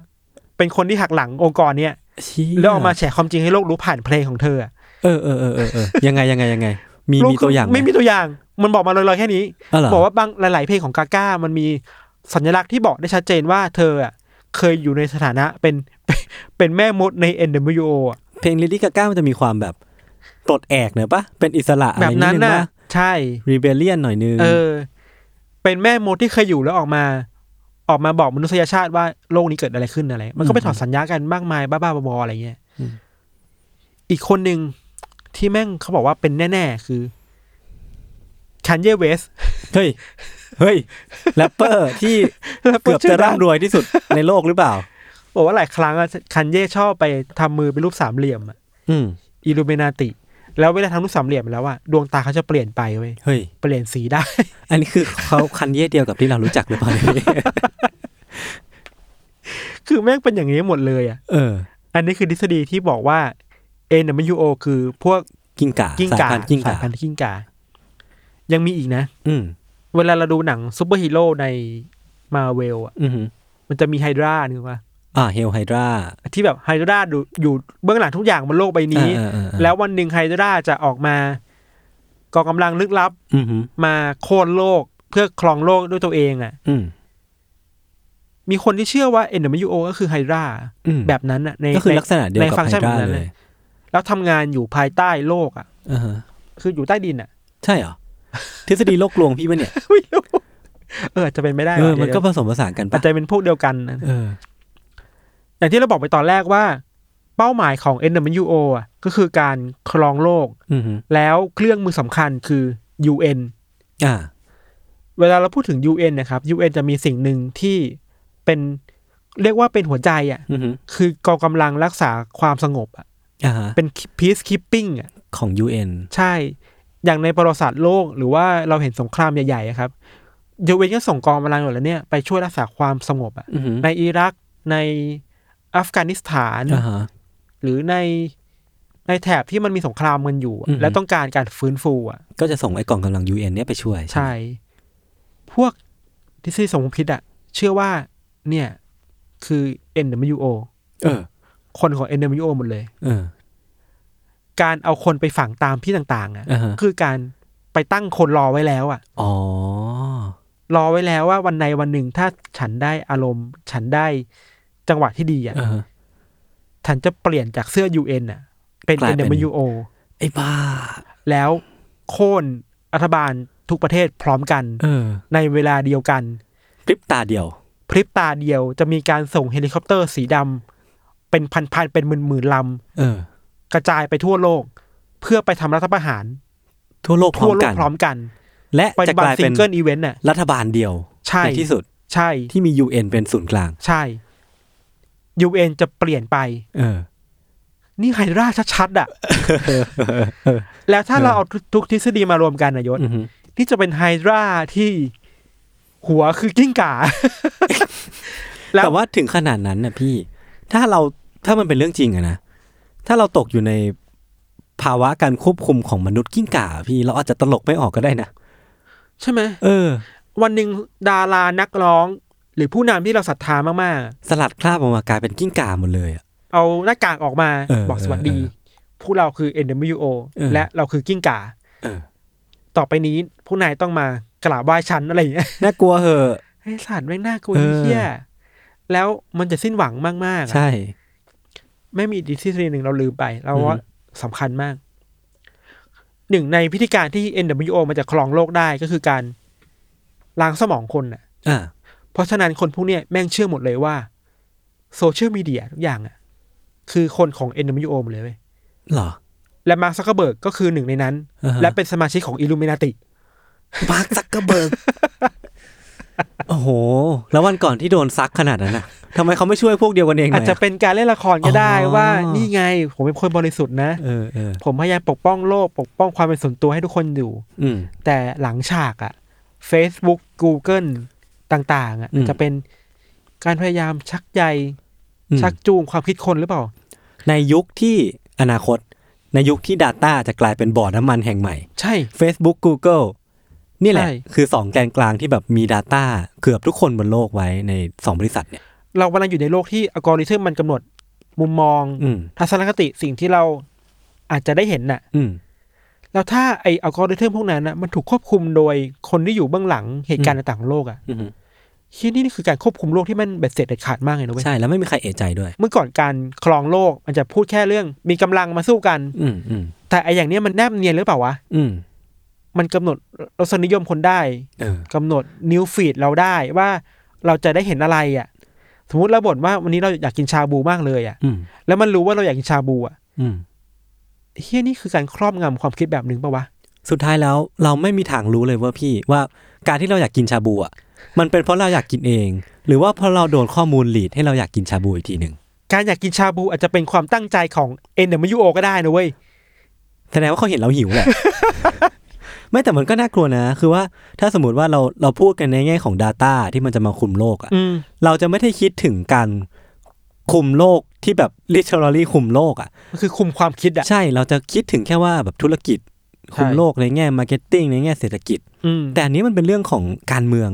Speaker 3: เป็นคนที่หักหลังองค์กรเนี้ย
Speaker 2: ชี้
Speaker 3: แล้วออกมาแฉความจริงให้โลกรู้ผ่านเพลงของเธออะ
Speaker 2: เออเออเออเออเออยังไงยังไงยังไง มี
Speaker 3: โลก
Speaker 2: มีตัวอย่างห
Speaker 3: ไม่มีตัวอย่าง มันบอกมาลอยๆแค่นี้
Speaker 2: อ๋อเหรอ
Speaker 3: บอกว่าบางหลาย ๆ เพลงของกาก้ามันมีสัญลักษณ์ที่บอกได้ชัดเจนว่าเธออะเคยอยู่ในสถานะเป็น เป็นเป็นแม่มดใน NWO อะ
Speaker 2: เพลงเลดี้กาก้ามันจะมีความแบบปลดแอกเนอะปะเป็นอิสระอะไร
Speaker 3: แบบนั้น
Speaker 2: นะ
Speaker 3: นะใช่
Speaker 2: รีเบเลียนหน่อยนึง
Speaker 3: เออ เป็นแม่มดที่เคยอยู่แล้วออกมา ออกมาบอกมนุษยชาติว่าโลกนี้เกิดอะไรขึ้นอะไร มันก็ไปถอดสัญญากันมากมายบ้าๆบอๆอะไรเงี้ย
Speaker 2: อืม
Speaker 3: อีกคนหนึ่งที่แม่งเขาบอกว่าเป็นแน่ ๆ คือคันเยเวส
Speaker 2: เฮ้ย เฮ้ยแรปเปอร์ที่เกือบจะร่ำรวยที่สุดในโลกหรือเปล่า
Speaker 3: บอกว่าหลายครั้งอะคันเย่ชอบไปทำมือเป็นรูปสามเหลี่ยมอะ
Speaker 2: อืม
Speaker 3: อิลูเมนาติ แล้วเวลาทำรูปสามเหลี่ยมแล้วอะดวงตาเขาจะเปลี่ยนไปเว้ย
Speaker 2: เฮ้ย
Speaker 3: เปลี่ยนสีได้
Speaker 2: อันนี้คือเขาคันเย่เดียวกับที่เรารู้จักหรือเปล่าเนี่ย
Speaker 3: คือแม่งเป็นอย่างนี้หมดเลยอะ
Speaker 2: เออ
Speaker 3: อันนี้คือทฤษฎีที่บอกว่า n w o คือพวก
Speaker 2: กิ้งก่า
Speaker 3: กิ้ง
Speaker 2: สา
Speaker 3: ก่าย
Speaker 2: พันธุ์กิ้งก่า
Speaker 3: สา
Speaker 2: ย
Speaker 3: พันธุ์กิ้งก่ายังมีอีกนะ
Speaker 2: อืม
Speaker 3: เวลาเราดูหนังซูเปอร์ฮีโร่ในมาเวลอะ
Speaker 2: อืมฮึ
Speaker 3: มันจะมีไฮดรานึกว่า
Speaker 2: อ่าเฮลไฮดรา
Speaker 3: ที่แบบไฮดราดูอยู่เบื้องหลังทุกอย่างบนโลกใบนี้
Speaker 2: อ่าอ่าอ่า
Speaker 3: แล้ววันหนึ่งไฮดราจะออกมากองกำลังลึกลับ
Speaker 2: อืมฮึ
Speaker 3: มาโค่นโลกเพื่อครองโลกด้วยตัวเองอะ่ะ
Speaker 2: อืม
Speaker 3: มีคนที่เชื่อว่า NWO ก็คือไฮดรา
Speaker 2: อืม
Speaker 3: แบบนั้นอะ่ะใน
Speaker 2: ก็คือ
Speaker 3: ใน
Speaker 2: ลักษณะเดียวกับ
Speaker 3: ในฟังก์
Speaker 2: ไฮ
Speaker 3: ชัน
Speaker 2: ดรา
Speaker 3: แบบนั้น
Speaker 2: เลย
Speaker 3: แล้วทำงานอยู่ภายใต้โลกอะ่ะ
Speaker 2: อ่าฮะ
Speaker 3: คืออยู่ใต้ดินอะ่ะ
Speaker 2: ใช่เหร อ ทฤษฎีโลกลวงพี่ปะเนี่ย
Speaker 3: ไม่รู้ เอออาจจะเป็นไม่ได้
Speaker 2: เออ
Speaker 3: ว่ะ
Speaker 2: มัน
Speaker 3: เดี๋ยว
Speaker 2: ก็ผสมผสานกัน
Speaker 3: อา
Speaker 2: ปะ
Speaker 3: จจะเป็นพวกเดียวกันนะ
Speaker 2: เออ
Speaker 3: อย่างที่เราบอกไปตอนแรกว่า เป้าหมายของ NWO อ่ะก็คือการครองโลก
Speaker 2: อืมฮึ
Speaker 3: แล้วเครื่องมือสำคัญคือ UN
Speaker 2: อ่า
Speaker 3: เวลาเราพูดถึง UN นะครับ UN จะมีสิ่งหนึ่งที่เป็นเรียกว่าเป็นหัวใจอ่ะ
Speaker 2: อืมฮึ
Speaker 3: คือกองกำลังรักษาความสงบอ่ะ
Speaker 2: อ่าฮะ
Speaker 3: เป็น peacekeeping อ่ะ
Speaker 2: ของ UN
Speaker 3: ใช่ อย่างในประวัติศาสตร์โลก หรือว่าเราเห็นสงครามใหญ่ๆอะครับยูเวนก็ส่งกองกำลังเหล่านี้เนี่ยไปช่วยรักษาความสงบอ่ะ
Speaker 2: อืมฮึ
Speaker 3: ในอิรักในอัฟกานิสถาน
Speaker 2: อ่าฮะ
Speaker 3: หรือในในแถบที่มันมีสงครามกันอยู่อะ
Speaker 2: อือฮึ
Speaker 3: และต้องการการฟื้นฟูอ่ะ
Speaker 2: ก็จะส่งไอ้กองกำลัง UN เนี่ยไปช่วย
Speaker 3: ใช่ พวกทฤษฎีสมคบคิดอ่ะ เชื่อว่าเนี่ยคือ NWO
Speaker 2: เออ
Speaker 3: คนของ NWO หมดเลย
Speaker 2: เออ
Speaker 3: การเอาคนไปฝังตามที่ต่างๆอ่ะ
Speaker 2: อ่าฮะ
Speaker 3: คือการไปตั้งคนรอไว้แล้วอะ
Speaker 2: อ๋อ
Speaker 3: รอไว้แล้วว่าวันในวันหนึ่งถ้าฉันได้อารมณ์ ฉันได้จังหวะที่ดีอะ
Speaker 2: อ่าฮะ
Speaker 3: ฉันจะเปลี่ยนจากเสื้อ UN อ่ะ เป็น
Speaker 2: กลายเป็น
Speaker 3: NWO
Speaker 2: ไอ้บ้า
Speaker 3: แล้วโค่นรัฐบาลทุกประเทศพร้อมกัน
Speaker 2: เออ
Speaker 3: ในเวลาเดียวกัน
Speaker 2: พริบตาเดียว
Speaker 3: พริบตาเดียวจะมีการส่งเฮลิคอปเตอร์สีดำเป็นพันๆเป็นหมื่นๆล
Speaker 2: เออ
Speaker 3: ำกระจายไปทั่วโลก เพื่อไปทำรัฐประหาร
Speaker 2: ทั่วโลกพร้อ
Speaker 3: ทั่ว
Speaker 2: ม
Speaker 3: โล
Speaker 2: กั
Speaker 3: ก
Speaker 2: น
Speaker 3: พร้อมกัน
Speaker 2: และ
Speaker 3: ปฏิ
Speaker 2: จะ
Speaker 3: บั
Speaker 2: ก
Speaker 3: ติ
Speaker 2: ลาย
Speaker 3: ซิ
Speaker 2: เป็
Speaker 3: ง
Speaker 2: น
Speaker 3: เกิลอีเวนต์น่ะ
Speaker 2: รัฐบาลเดียว
Speaker 3: ใช่
Speaker 2: นที่สุด
Speaker 3: ใช่
Speaker 2: ที่มี UN เป็นศูนย์กลาง
Speaker 3: ใช่ UN จะเปลี่ยนไป
Speaker 2: เออ
Speaker 3: นี่ไฮราชัดๆอะ แล้วถ้าเราเอาทุกทฤษฎีมารวมกันนะยศ
Speaker 2: อือฮึ
Speaker 3: นี่จะเป็นไฮราที่หัวคือกิ้งก่า แล้ว
Speaker 2: แต่ว่าถึงขนาดนั้นนะพี่ ถ้าเราถ้ามันเป็นเรื่องจริงอะนะ ถ้าเราตกอยู่ในภาวะการควบคุมของมนุษย์กิ้งก่าอะพี่ เราอาจจะตลกไม่ออกก็ได้นะ
Speaker 3: ใช่ไหม
Speaker 2: เออ
Speaker 3: วันหนึ่งดารานักร้อง หรือผู้นำที่เราศรัทธามาก
Speaker 2: สลัดคราบออกมากลายเป็นกิ้งก่าหมดเลยอะ
Speaker 3: ๆ เอาหน้ากากออกมา
Speaker 2: เออ
Speaker 3: บอกสวัสดี
Speaker 2: เออ
Speaker 3: ผู้เราคือ NWO
Speaker 2: เออ
Speaker 3: และเราคือกิ้งก่า
Speaker 2: เออ
Speaker 3: ต่อไปนี้ผู้นายต้องมากราบไหว้ฉันอะไรอย่างเงี้ ย
Speaker 2: น่ากลัวเหอะ
Speaker 3: ไอ้สัตว์แม่งน่ากลัว
Speaker 2: เออ
Speaker 3: เฮี้ยแล้วมันจะสิ้นหวังมากๆอะ
Speaker 2: ใช่
Speaker 3: ไม่มีดิสซิปลินหนึ่งเราลืมไป เราว่า
Speaker 2: อืม
Speaker 3: สำคัญมาก หนึ่งในพิธีการที่ NWO มันจะครองโลกได้ก็คือการล้างสมองคนน่ะ
Speaker 2: อ่า
Speaker 3: เพราะฉะนั้นคนพวกเนี้ยแม่งเชื่อหมดเลยว่าโซเชียลมีเดียทุกอย่างอ่ะ คือคนของ NWO หมดเลยเว้ย
Speaker 2: เหรอ
Speaker 3: และมาร์คซักเกอร์เบิร์กก็คือหนึ่งในนั้น
Speaker 2: อ่าฮ
Speaker 3: และเป็นสมาชิกของอิลูเมนาติ
Speaker 2: มาร์คซักเกอร์เบิร์ ก โอ้โห แล้ววันก่อนที่โดนซักขนาดนั้นนะทำไมเขาไม่ช่วยพวกเดียวกันเองหน่อ
Speaker 3: อาจ
Speaker 2: ย
Speaker 3: จะ
Speaker 2: อะ
Speaker 3: เป็นการเล่นละครก็ได้
Speaker 2: อ๋อ
Speaker 3: ว่า นี่ไง ผมเป็นคนบริสุทธิ์นะ
Speaker 2: เออเออ
Speaker 3: ผมพยายามปกป้องโลก ปกป้องความเป็นส่วนตัวให้ทุกคนอยู่
Speaker 2: อืม
Speaker 3: แต่หลังฉากอะ Facebook Google ต่างๆอะ
Speaker 2: อืม
Speaker 3: จะเป็นการพยายามชักใย
Speaker 2: อืม
Speaker 3: ชักจูงความคิดคนหรือเปล่า
Speaker 2: ในยุคที่อนาคต ในยุคที่ Data จะกลายเป็นบ่อน้ำมันแห่งใหม่
Speaker 3: ใช่
Speaker 2: Facebook Google นี่แหละ
Speaker 3: ใช่
Speaker 2: คือสองแกนกลางที่แบบมี Data เกือบทุกคนบนโลกไว้ในสองบริษัทเนี่ย
Speaker 3: เรากำลังอยู่ในโลกที่อัลกอริทึมมันกำหนดมุมมอง
Speaker 2: อืม
Speaker 3: ทัศนคติสิ่งที่เราอาจจะได้เห็นน่ะ
Speaker 2: อืม
Speaker 3: แล้วถ้าไออัลกอริทึมพวกนั้นนะมันถูกควบคุมโดยคนที่อยู่เบื้องหลังเหตุการณ์ต่างๆของโลกอะ
Speaker 2: อืม
Speaker 3: ที่นี่นี่คือการควบคุมโลกที่มันเบ็ดเสร็จเด็ดขาดมากเลยนะเว้ย
Speaker 2: ใช่แล้วไม่มีใครเอะใจด้วย
Speaker 3: เมื่อก่อนการครองโลกมันจะพูดแค่เรื่อง มีกำลังมาสู้กัน
Speaker 2: อืมอืม
Speaker 3: แต่ไออย่างเนี้ยมันแนบเนียนหรือเปล่าวะ
Speaker 2: อืม
Speaker 3: มันกำหนดรสนิยมคนได้
Speaker 2: เออก
Speaker 3: ำหนดนิวฟีดเราได้ว่า เราจะได้เห็นอะไรอ่ะ สมมติเราบ่นว่าวันนี้เราอยากกินชาบูมากเลยอ่ะ
Speaker 2: อืม
Speaker 3: แล้วมันรู้ว่าเราอยากกินชาบูอ่ะ
Speaker 2: อืม
Speaker 3: เฮียนี่คือการครอบงำความคิดแบบหนึ่งปะวะ
Speaker 2: สุดท้ายแล้วเราไม่มีทางรู้เลยว่าพี่ว่าการที่เราอยากกินชาบูอ่ะมันเป็นเพราะเราอยากกินเอง หรือว่าเพราะเราโดนข้อมูลหลีดให้เราอยากกินชาบูอีกทีหนึ่ง
Speaker 3: การอยากกินชาบูอาจจะเป็นความตั้งใจของ NWO ก็ได้นะเว้ย
Speaker 2: แสดงว่าเขาเห็นเราหิวแหละ ไม่แต่มันก็น่ากลัวนะ คือว่าถ้าสมมติว่าเราเราพูดกันในแง่ของ Data ที่มันจะมาคุมโลกอ่ะ
Speaker 3: อืม
Speaker 2: เราจะไม่ได้คิดถึงการคุมโลกที่แบบ literally คุมโลกอ่ะ
Speaker 3: มันคือคุมความคิดอ่ะ
Speaker 2: ใช่เราจะคิดถึงแค่ว่าแบบธุรกิจ คุม
Speaker 3: ใช่
Speaker 2: โลกในแง่มาร์เก็ตติ้งในแง่เศรษฐกิจ
Speaker 3: อืม
Speaker 2: แต่อันนี้มันเป็นเรื่องของการเมือง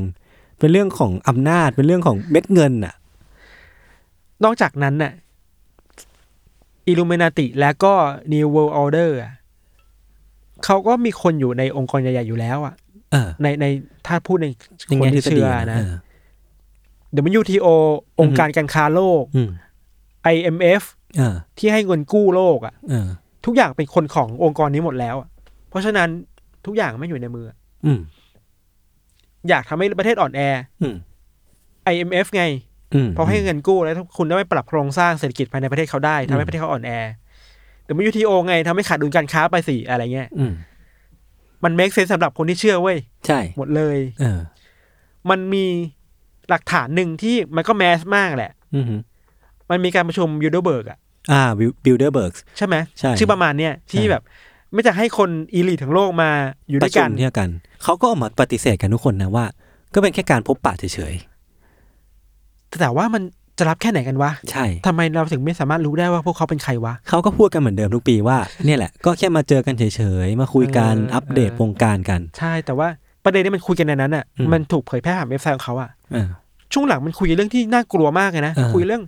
Speaker 2: เป็นเรื่องของอำนาจ เป็นเรื่องของเม็ดเงินน่ะ
Speaker 3: นอกจากนั้นน่ะอิลูเมนาติและก็ New World Order อะเขาก็มีคนอยู่ในองค์กรใหญ่ๆอยู่แล้วอ่ะ
Speaker 2: เออ
Speaker 3: ในในถ้าพูดใน
Speaker 2: ใน
Speaker 3: คน
Speaker 2: แง่ทฤ
Speaker 3: ที่
Speaker 2: ษ
Speaker 3: เชื่
Speaker 2: ฎี
Speaker 3: อ
Speaker 2: นะ
Speaker 3: นะ
Speaker 2: เออ
Speaker 3: เดี๋ยวมัน UTO องค์การการค้าโลก
Speaker 2: อืม
Speaker 3: IMF
Speaker 2: เออ
Speaker 3: ที่ให้เงินกู้โลกอ่ะ
Speaker 2: เออ
Speaker 3: ทุกอย่างเป็นคนขององค์กรนี้หมดแล้วอะเพราะฉะนั้นทุกอย่างไม่อยู่ในมือ
Speaker 2: อืม
Speaker 3: อยากทำให้ประเทศอ่อนแอ
Speaker 2: อืม
Speaker 3: IMF ไง
Speaker 2: อืม
Speaker 3: เพราะให้เงินกู้แล้วคุณได้ไปปรับโครงสร้างเศรษฐกิจภายในประเทศเขาได้ทำให้ประเทศเขาอ่อนแอแต่ไม่ยูทีโอไงทำให้ขาดดุลการค้าไปสิอะไรเงี้ย
Speaker 2: อืม
Speaker 3: มัน make sense สำหรับคนที่เชื่อเว้ย
Speaker 2: ใช่
Speaker 3: หมดเลย
Speaker 2: เออ
Speaker 3: มันมีหลักฐานหนึ่งที่มันก็แมสมากแหละ
Speaker 2: อืม
Speaker 3: มันมีการประชุมยูโดเบิร์กอะ
Speaker 2: อ่าบิลเดอร์เบิร์ก
Speaker 3: ใช่ไหม
Speaker 2: ใช่
Speaker 3: ชื่อประมาณเนี้ยที่
Speaker 2: ใช่
Speaker 3: แบบ ไม่จะให้คนอีลิททั้งโลกมาอยู่
Speaker 2: ป
Speaker 3: ด้ว
Speaker 2: ระ
Speaker 3: ย
Speaker 2: ชุ
Speaker 3: กั
Speaker 2: ม
Speaker 3: น
Speaker 2: เที่ยวกัน เขาก็ออกมาปฏิเสธกันทุกคนนะว่า ก็เป็นแค่การพบปะเฉย
Speaker 3: แต่ว่ามันจะรับแค่ไหนกันวะ
Speaker 2: ๆ ใช่
Speaker 3: ทำไมเราถึงไม่สามารถรู้ได้ว่าพวกเขาเป็นใครวะ
Speaker 2: เขาก็พูดกันเหมือนเดิมทุกปี ว่า เนี่ยแหละ ก็แค่มาเจอกันเฉยๆ มาคุยกัน
Speaker 3: เออ
Speaker 2: อัปเดต
Speaker 3: เออ
Speaker 2: วงการกัน
Speaker 3: ใช่แต่ว่าประเด็นที่มันคุยกันในนั้นอะ
Speaker 2: อืม
Speaker 3: มันถูกเผยแพร่ผ่านเว็บไซต์ของเขาอะ
Speaker 2: เออ
Speaker 3: ช่วงหลังมันคุยเรื่องที่น่ากลัวมากเลยนะ
Speaker 2: เออ
Speaker 3: คุยเรื่อง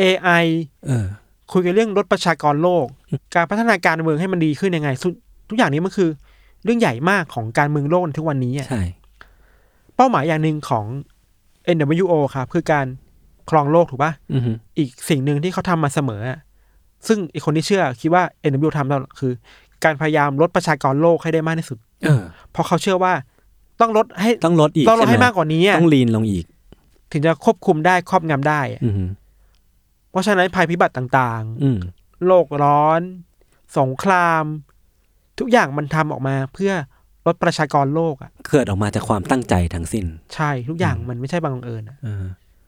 Speaker 3: AI
Speaker 2: เออ
Speaker 3: คุยกันเรื่องลดประชากรโลก การพัฒนาการเมืองให้มันดีขึ้นยังไงสุดทุกอย่างนี้มันคือ เรื่องใหญ่มากของการเมืองโลกในทุกวันนี้อะ
Speaker 2: ใช่
Speaker 3: เป้าหมายอย่างหนึ่งของ NWO ครับคือการครองโลกถูกปะ
Speaker 2: อืม
Speaker 3: อีกสิ่งหนึ่งที่เขาทำมาเสมออะซึ่งอีกคนที่เชื่อคิดว่า NWO ทำแล้วคือ การพยายามลดประชากรโลกให้ได้มากที่สุด
Speaker 2: เออ
Speaker 3: เพราะเขาเชื่อว่าต้องลดให้
Speaker 2: ต้องลดอีก
Speaker 3: ต้องลดให้
Speaker 2: ช่ไ
Speaker 3: มากกว่านี้อะ
Speaker 2: ต้องลีนลงอีก
Speaker 3: ถึงจะควบคุมได้ครอบงำได้อะ
Speaker 2: อืม
Speaker 3: เพราะฉะนั้นภัยพิบัติต่างๆ
Speaker 2: อืม
Speaker 3: โลกร้อน สงคราม ทุกอย่างมันทำออกมาเพื่อลดประชากรโลกอ่ะ
Speaker 2: เกิดออกมาจากความตั้งใจทั้งสิ้น
Speaker 3: ใช่ทุกอย่างมันไม่ใช่บังเอิญอะ
Speaker 2: เออ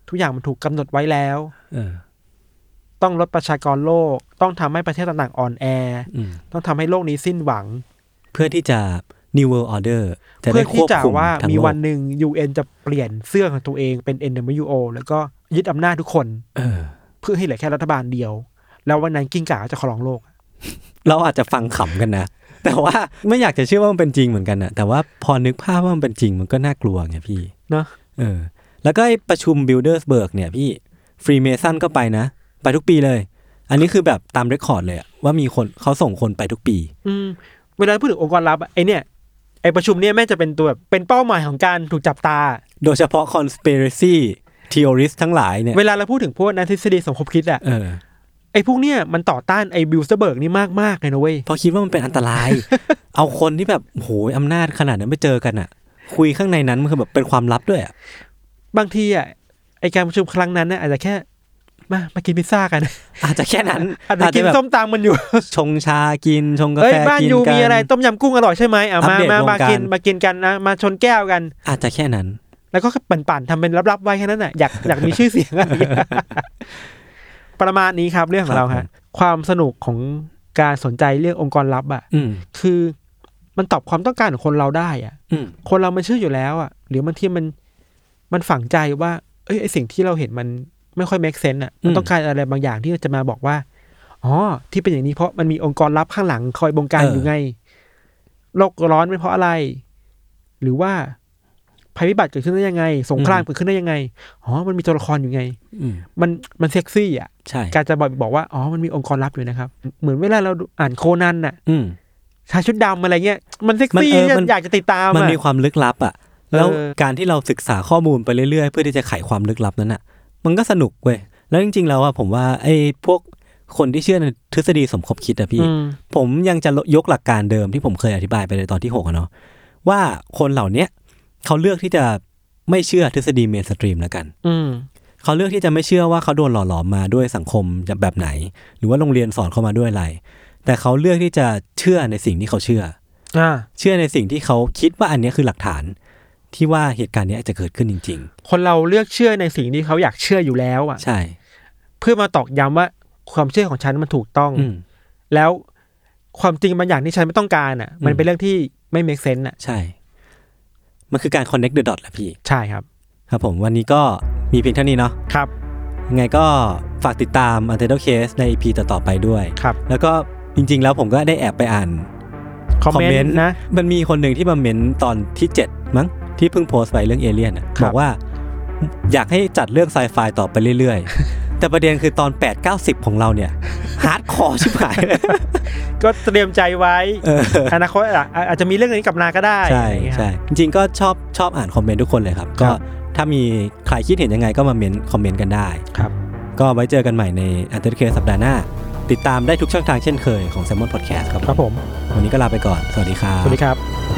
Speaker 3: ทุกอย่างมันถูกกำหนดไว้แล้ว
Speaker 2: เออ
Speaker 3: ต้องลดประชากรโลก ต้องทำให้ประเทศต่างๆอ่อนแอ
Speaker 2: อืม
Speaker 3: ต้องทำให้โลกนี้สิ้นหวัง
Speaker 2: เพื่อที่จะ New World Order จะ
Speaker 3: เพื่
Speaker 2: ได้
Speaker 3: อ
Speaker 2: ค
Speaker 3: ที่
Speaker 2: วบ
Speaker 3: จะ
Speaker 2: คุม
Speaker 3: ว่า
Speaker 2: ทั้ง
Speaker 3: มี
Speaker 2: โล
Speaker 3: วั
Speaker 2: ก
Speaker 3: นหนึ่ง UN จะเปลี่ยนเสื้อของตัวเองเป็น NWO แล้วก็ยึดอำนาจทุกคน
Speaker 2: เออ
Speaker 3: เพื่อให้เหลือแค่รัฐบาลเดียว แล้ววันนั้นกิ้งก่าก็จะครองโลกอะ
Speaker 2: เราอาจจะฟังขำกัน นะ แต่ว่าไม่อยากจะเชื่อว่ามันเป็นจริงเหมือนกันนะแต่ว่าพอนึกภาพว่ามันเป็นจริงมันก็น่ากลัวไงพี่
Speaker 3: เนอะ
Speaker 2: เออ แล้วก็ไอ้ประชุม Buildersburg เนี่ยพี่ Freemason ก็ไปนะ ไปทุกปีเลย อันนี้คือแบบตามเรคคอร์ดเลยอะว่ามีคนเขาส่งคนไปทุกปี
Speaker 3: อืม เวลาพูดถึงองค์กรลับอะไอเนี่ยไอประชุมเนี่ยแม่งจะเป็นตัวแบบเป็นเป้าหมายของการถูกจับตา
Speaker 2: โดยเฉพาะ conspiracy theorist ทั้งหลายเนี่ย
Speaker 3: เวลาเราพูดถึงพวกนักทฤษฎีสมคบคิดอะ
Speaker 2: เออ
Speaker 3: ไอ้พวกเนี้ยมันต่อต้านไอ้บิลสเตอร์เบิร์กนี่มากมากๆเลยนะเว้ย
Speaker 2: เพราะคิดว่ามันเป็นอันตราย เอาคนที่แบบโหยอำนาจขนาดนั้นไปเจอกันอ่ะ คุยข้างในนั้นมันคือแบบเป็นความลับด้วยอ่ะ
Speaker 3: บางทีอะไอ้การประชุมครั้งนั้นน่ะอาจจะแค่มามากินพิซซ่ากัน
Speaker 2: อาจจะแค่นั้น
Speaker 3: อาจจะกิน
Speaker 2: อาจจะแบบ
Speaker 3: ส้มตำมันอยู่
Speaker 2: ชงชากินชงกา
Speaker 3: เฮ้ย
Speaker 2: แฟ
Speaker 3: บ้าน
Speaker 2: กิน
Speaker 3: ยู
Speaker 2: กั
Speaker 3: มีอะไร
Speaker 2: น
Speaker 3: ต้มยำกุ้งอร่อยใช่ไหมอ่ะ
Speaker 2: อัป
Speaker 3: มา
Speaker 2: เดต
Speaker 3: มาว
Speaker 2: ง
Speaker 3: มา
Speaker 2: การ
Speaker 3: กินมากินกันนะมาชนแก้วกัน
Speaker 2: อาจจะแค่นั้น
Speaker 3: แล้วก็ปั่นๆทำเป็นลับๆไว้แค่นั้นน่ะอยากอยากมีชื่อเสียงอะไรอย่างเงี้ย ประมาณนี้ครับเรื่องของเรา
Speaker 2: ครั
Speaker 3: ฮะ
Speaker 2: บ
Speaker 3: ความสนุกของการสนใจเรื่ององค์กรลับอะ
Speaker 2: อืม
Speaker 3: คือมันตอบความต้องการของคนเราได้อะ
Speaker 2: อืม
Speaker 3: คนเรามันเชื่ออยู่แล้วอ่ะ หรือบางทีมันมันฝังใจว่า เอ้ยไอสิ่งที่เราเห็นมันไม่ค่อย make sense อ่ะ มันต้องการอะไรบางอย่างที่จะมาบอกว่า อ๋อ ที่เป็นอย่างนี้เพราะมันมีองค์กรลับข้างหลังคอยบงการอยู่ไง โลกร้อนเป็นเพราะอะไร หรือว่าภัยพิบัติเกิดขึ้นได้ยังไง สงครามเกิดขึ้นได้ยังไง อ๋อ มันมีตัวละครอยู่ไง
Speaker 2: อืม
Speaker 3: มันมันเซ็กซี่อ่ะ
Speaker 2: ใช่
Speaker 3: การจะบอกบอกว่า อ๋อ มันมีองค์กรลับอยู่นะครับ เหมือนเวลาเราดูอ่านโคนันน่ะ
Speaker 2: อืม
Speaker 3: ชายชุดดำอะไรเงี้ย มันเซ็ก
Speaker 2: มัน
Speaker 3: ซี่
Speaker 2: เออมัน
Speaker 3: อยากจะติดตาม
Speaker 2: มัน
Speaker 3: อะ
Speaker 2: มีความลึกลับอ่ะ แล้ว
Speaker 3: เออ
Speaker 2: การที่เราศึกษาข้อมูลไปเรื่อยๆ เพื่อที่จะไขความลึกลับนั้นอ่ะ มันก็สนุกเว้ยแล้วจริงๆแล้วอ่ะผมว่าไอ้พวกคนที่เชื่อในทฤษฎีสมคบคิดอ่ะพี่
Speaker 3: อืม
Speaker 2: ผมยังจะยกหลักการเดิมที่ผมเคยอธิบายไปในตอนที่หกอะเนาะว่าคนเหล่าเนี้ยเขาเลือกที่จะ ไม่เชื่อทฤษฎีเมนสตรีมแล้วกัน
Speaker 3: อืม
Speaker 2: เขาเลือกที่จะไม่เชื่อว่าเขาโดนหล่อหลอมมาด้วยสังคมแบบไหน หรือว่าโรงเรียนสอนเขามาด้วยอะไร แต่เขาเลือกที่จะเชื่อในสิ่งที่เขาเชื่อ
Speaker 3: อ่า
Speaker 2: เชื่อในสิ่งที่เขาคิดว่าอันเนี้ยคือหลักฐาน ที่ว่าเหตุการณ์เนี้ยจะเกิดขึ้นจริง
Speaker 3: คนเราเลือกเชื่อในสิ่งที่เขาอยากเชื่ออยู่แล้วอ่ะ
Speaker 2: ๆ ใช่
Speaker 3: เพื่อมาตอกย้ำว่าความเชื่อของฉันมันถูกต้อง
Speaker 2: อืม
Speaker 3: แล้วความจริงบางอย่างที่ฉันไม่ต้องการอ่ะ มัน
Speaker 2: อืม
Speaker 3: เป็นเรื่องที่ไม่ make sense อ่ะ
Speaker 2: ใช่ มันคือการ connect the dot แหละพี่
Speaker 3: ใช่ครับ
Speaker 2: ครับผมวันนี้ก็มีเพียงเท่านี้เนาะ
Speaker 3: ครับ
Speaker 2: ยังไงก็ฝากติดตาม u n t i t l e Case ใน EP ต่อๆไปด้วย
Speaker 3: ครับ
Speaker 2: แล้วก็จริง ๆ แล้วผมก็ได้แอบไปอ่าน
Speaker 3: คอมเมนต์นะ
Speaker 2: มันมีคนหนึ่งที่มาเม้นตอนที่ 7 มั้งที่เพิ่งโพสต์ไปเรื่องเอเลี่ยนอะ
Speaker 3: ครับ
Speaker 2: อ
Speaker 3: บ
Speaker 2: กว่าอยากให้จัดเรื่องไซไฟต่อไปเรื่อยๆ แต่ประเด็นคือตอน 8 9 0 ของเราเนี่ยฮาร์ดคอร์ชิบหาย
Speaker 3: ก็เตรียมใจไว้
Speaker 2: เออ
Speaker 3: อนาคตอาจอาจจะมีเรื่องนี้กลับมาก็ได้
Speaker 2: ใช่
Speaker 3: อะไรอย่างเงี้ย
Speaker 2: ใช่จริงๆก็ชอบชอบอ่านคอมเมนต์ทุกคนเลยครับ ก็ถ้ามีใครคิดเห็นยังไงก็มาเม้นคอมเมนต์กันได้
Speaker 3: ครับ
Speaker 2: ก็ไว้เจอกันใหม่ในอันเทอร์เคสัปดาห์หน้า ติดตามได้ทุกช่องทางเช่นเคยของ s ซ m o n Podcast ครับ
Speaker 3: ครับผม
Speaker 2: วันนี้ก็ลาไปก่อน สวัสดีครับ
Speaker 3: สวัสดีครับ
Speaker 1: ส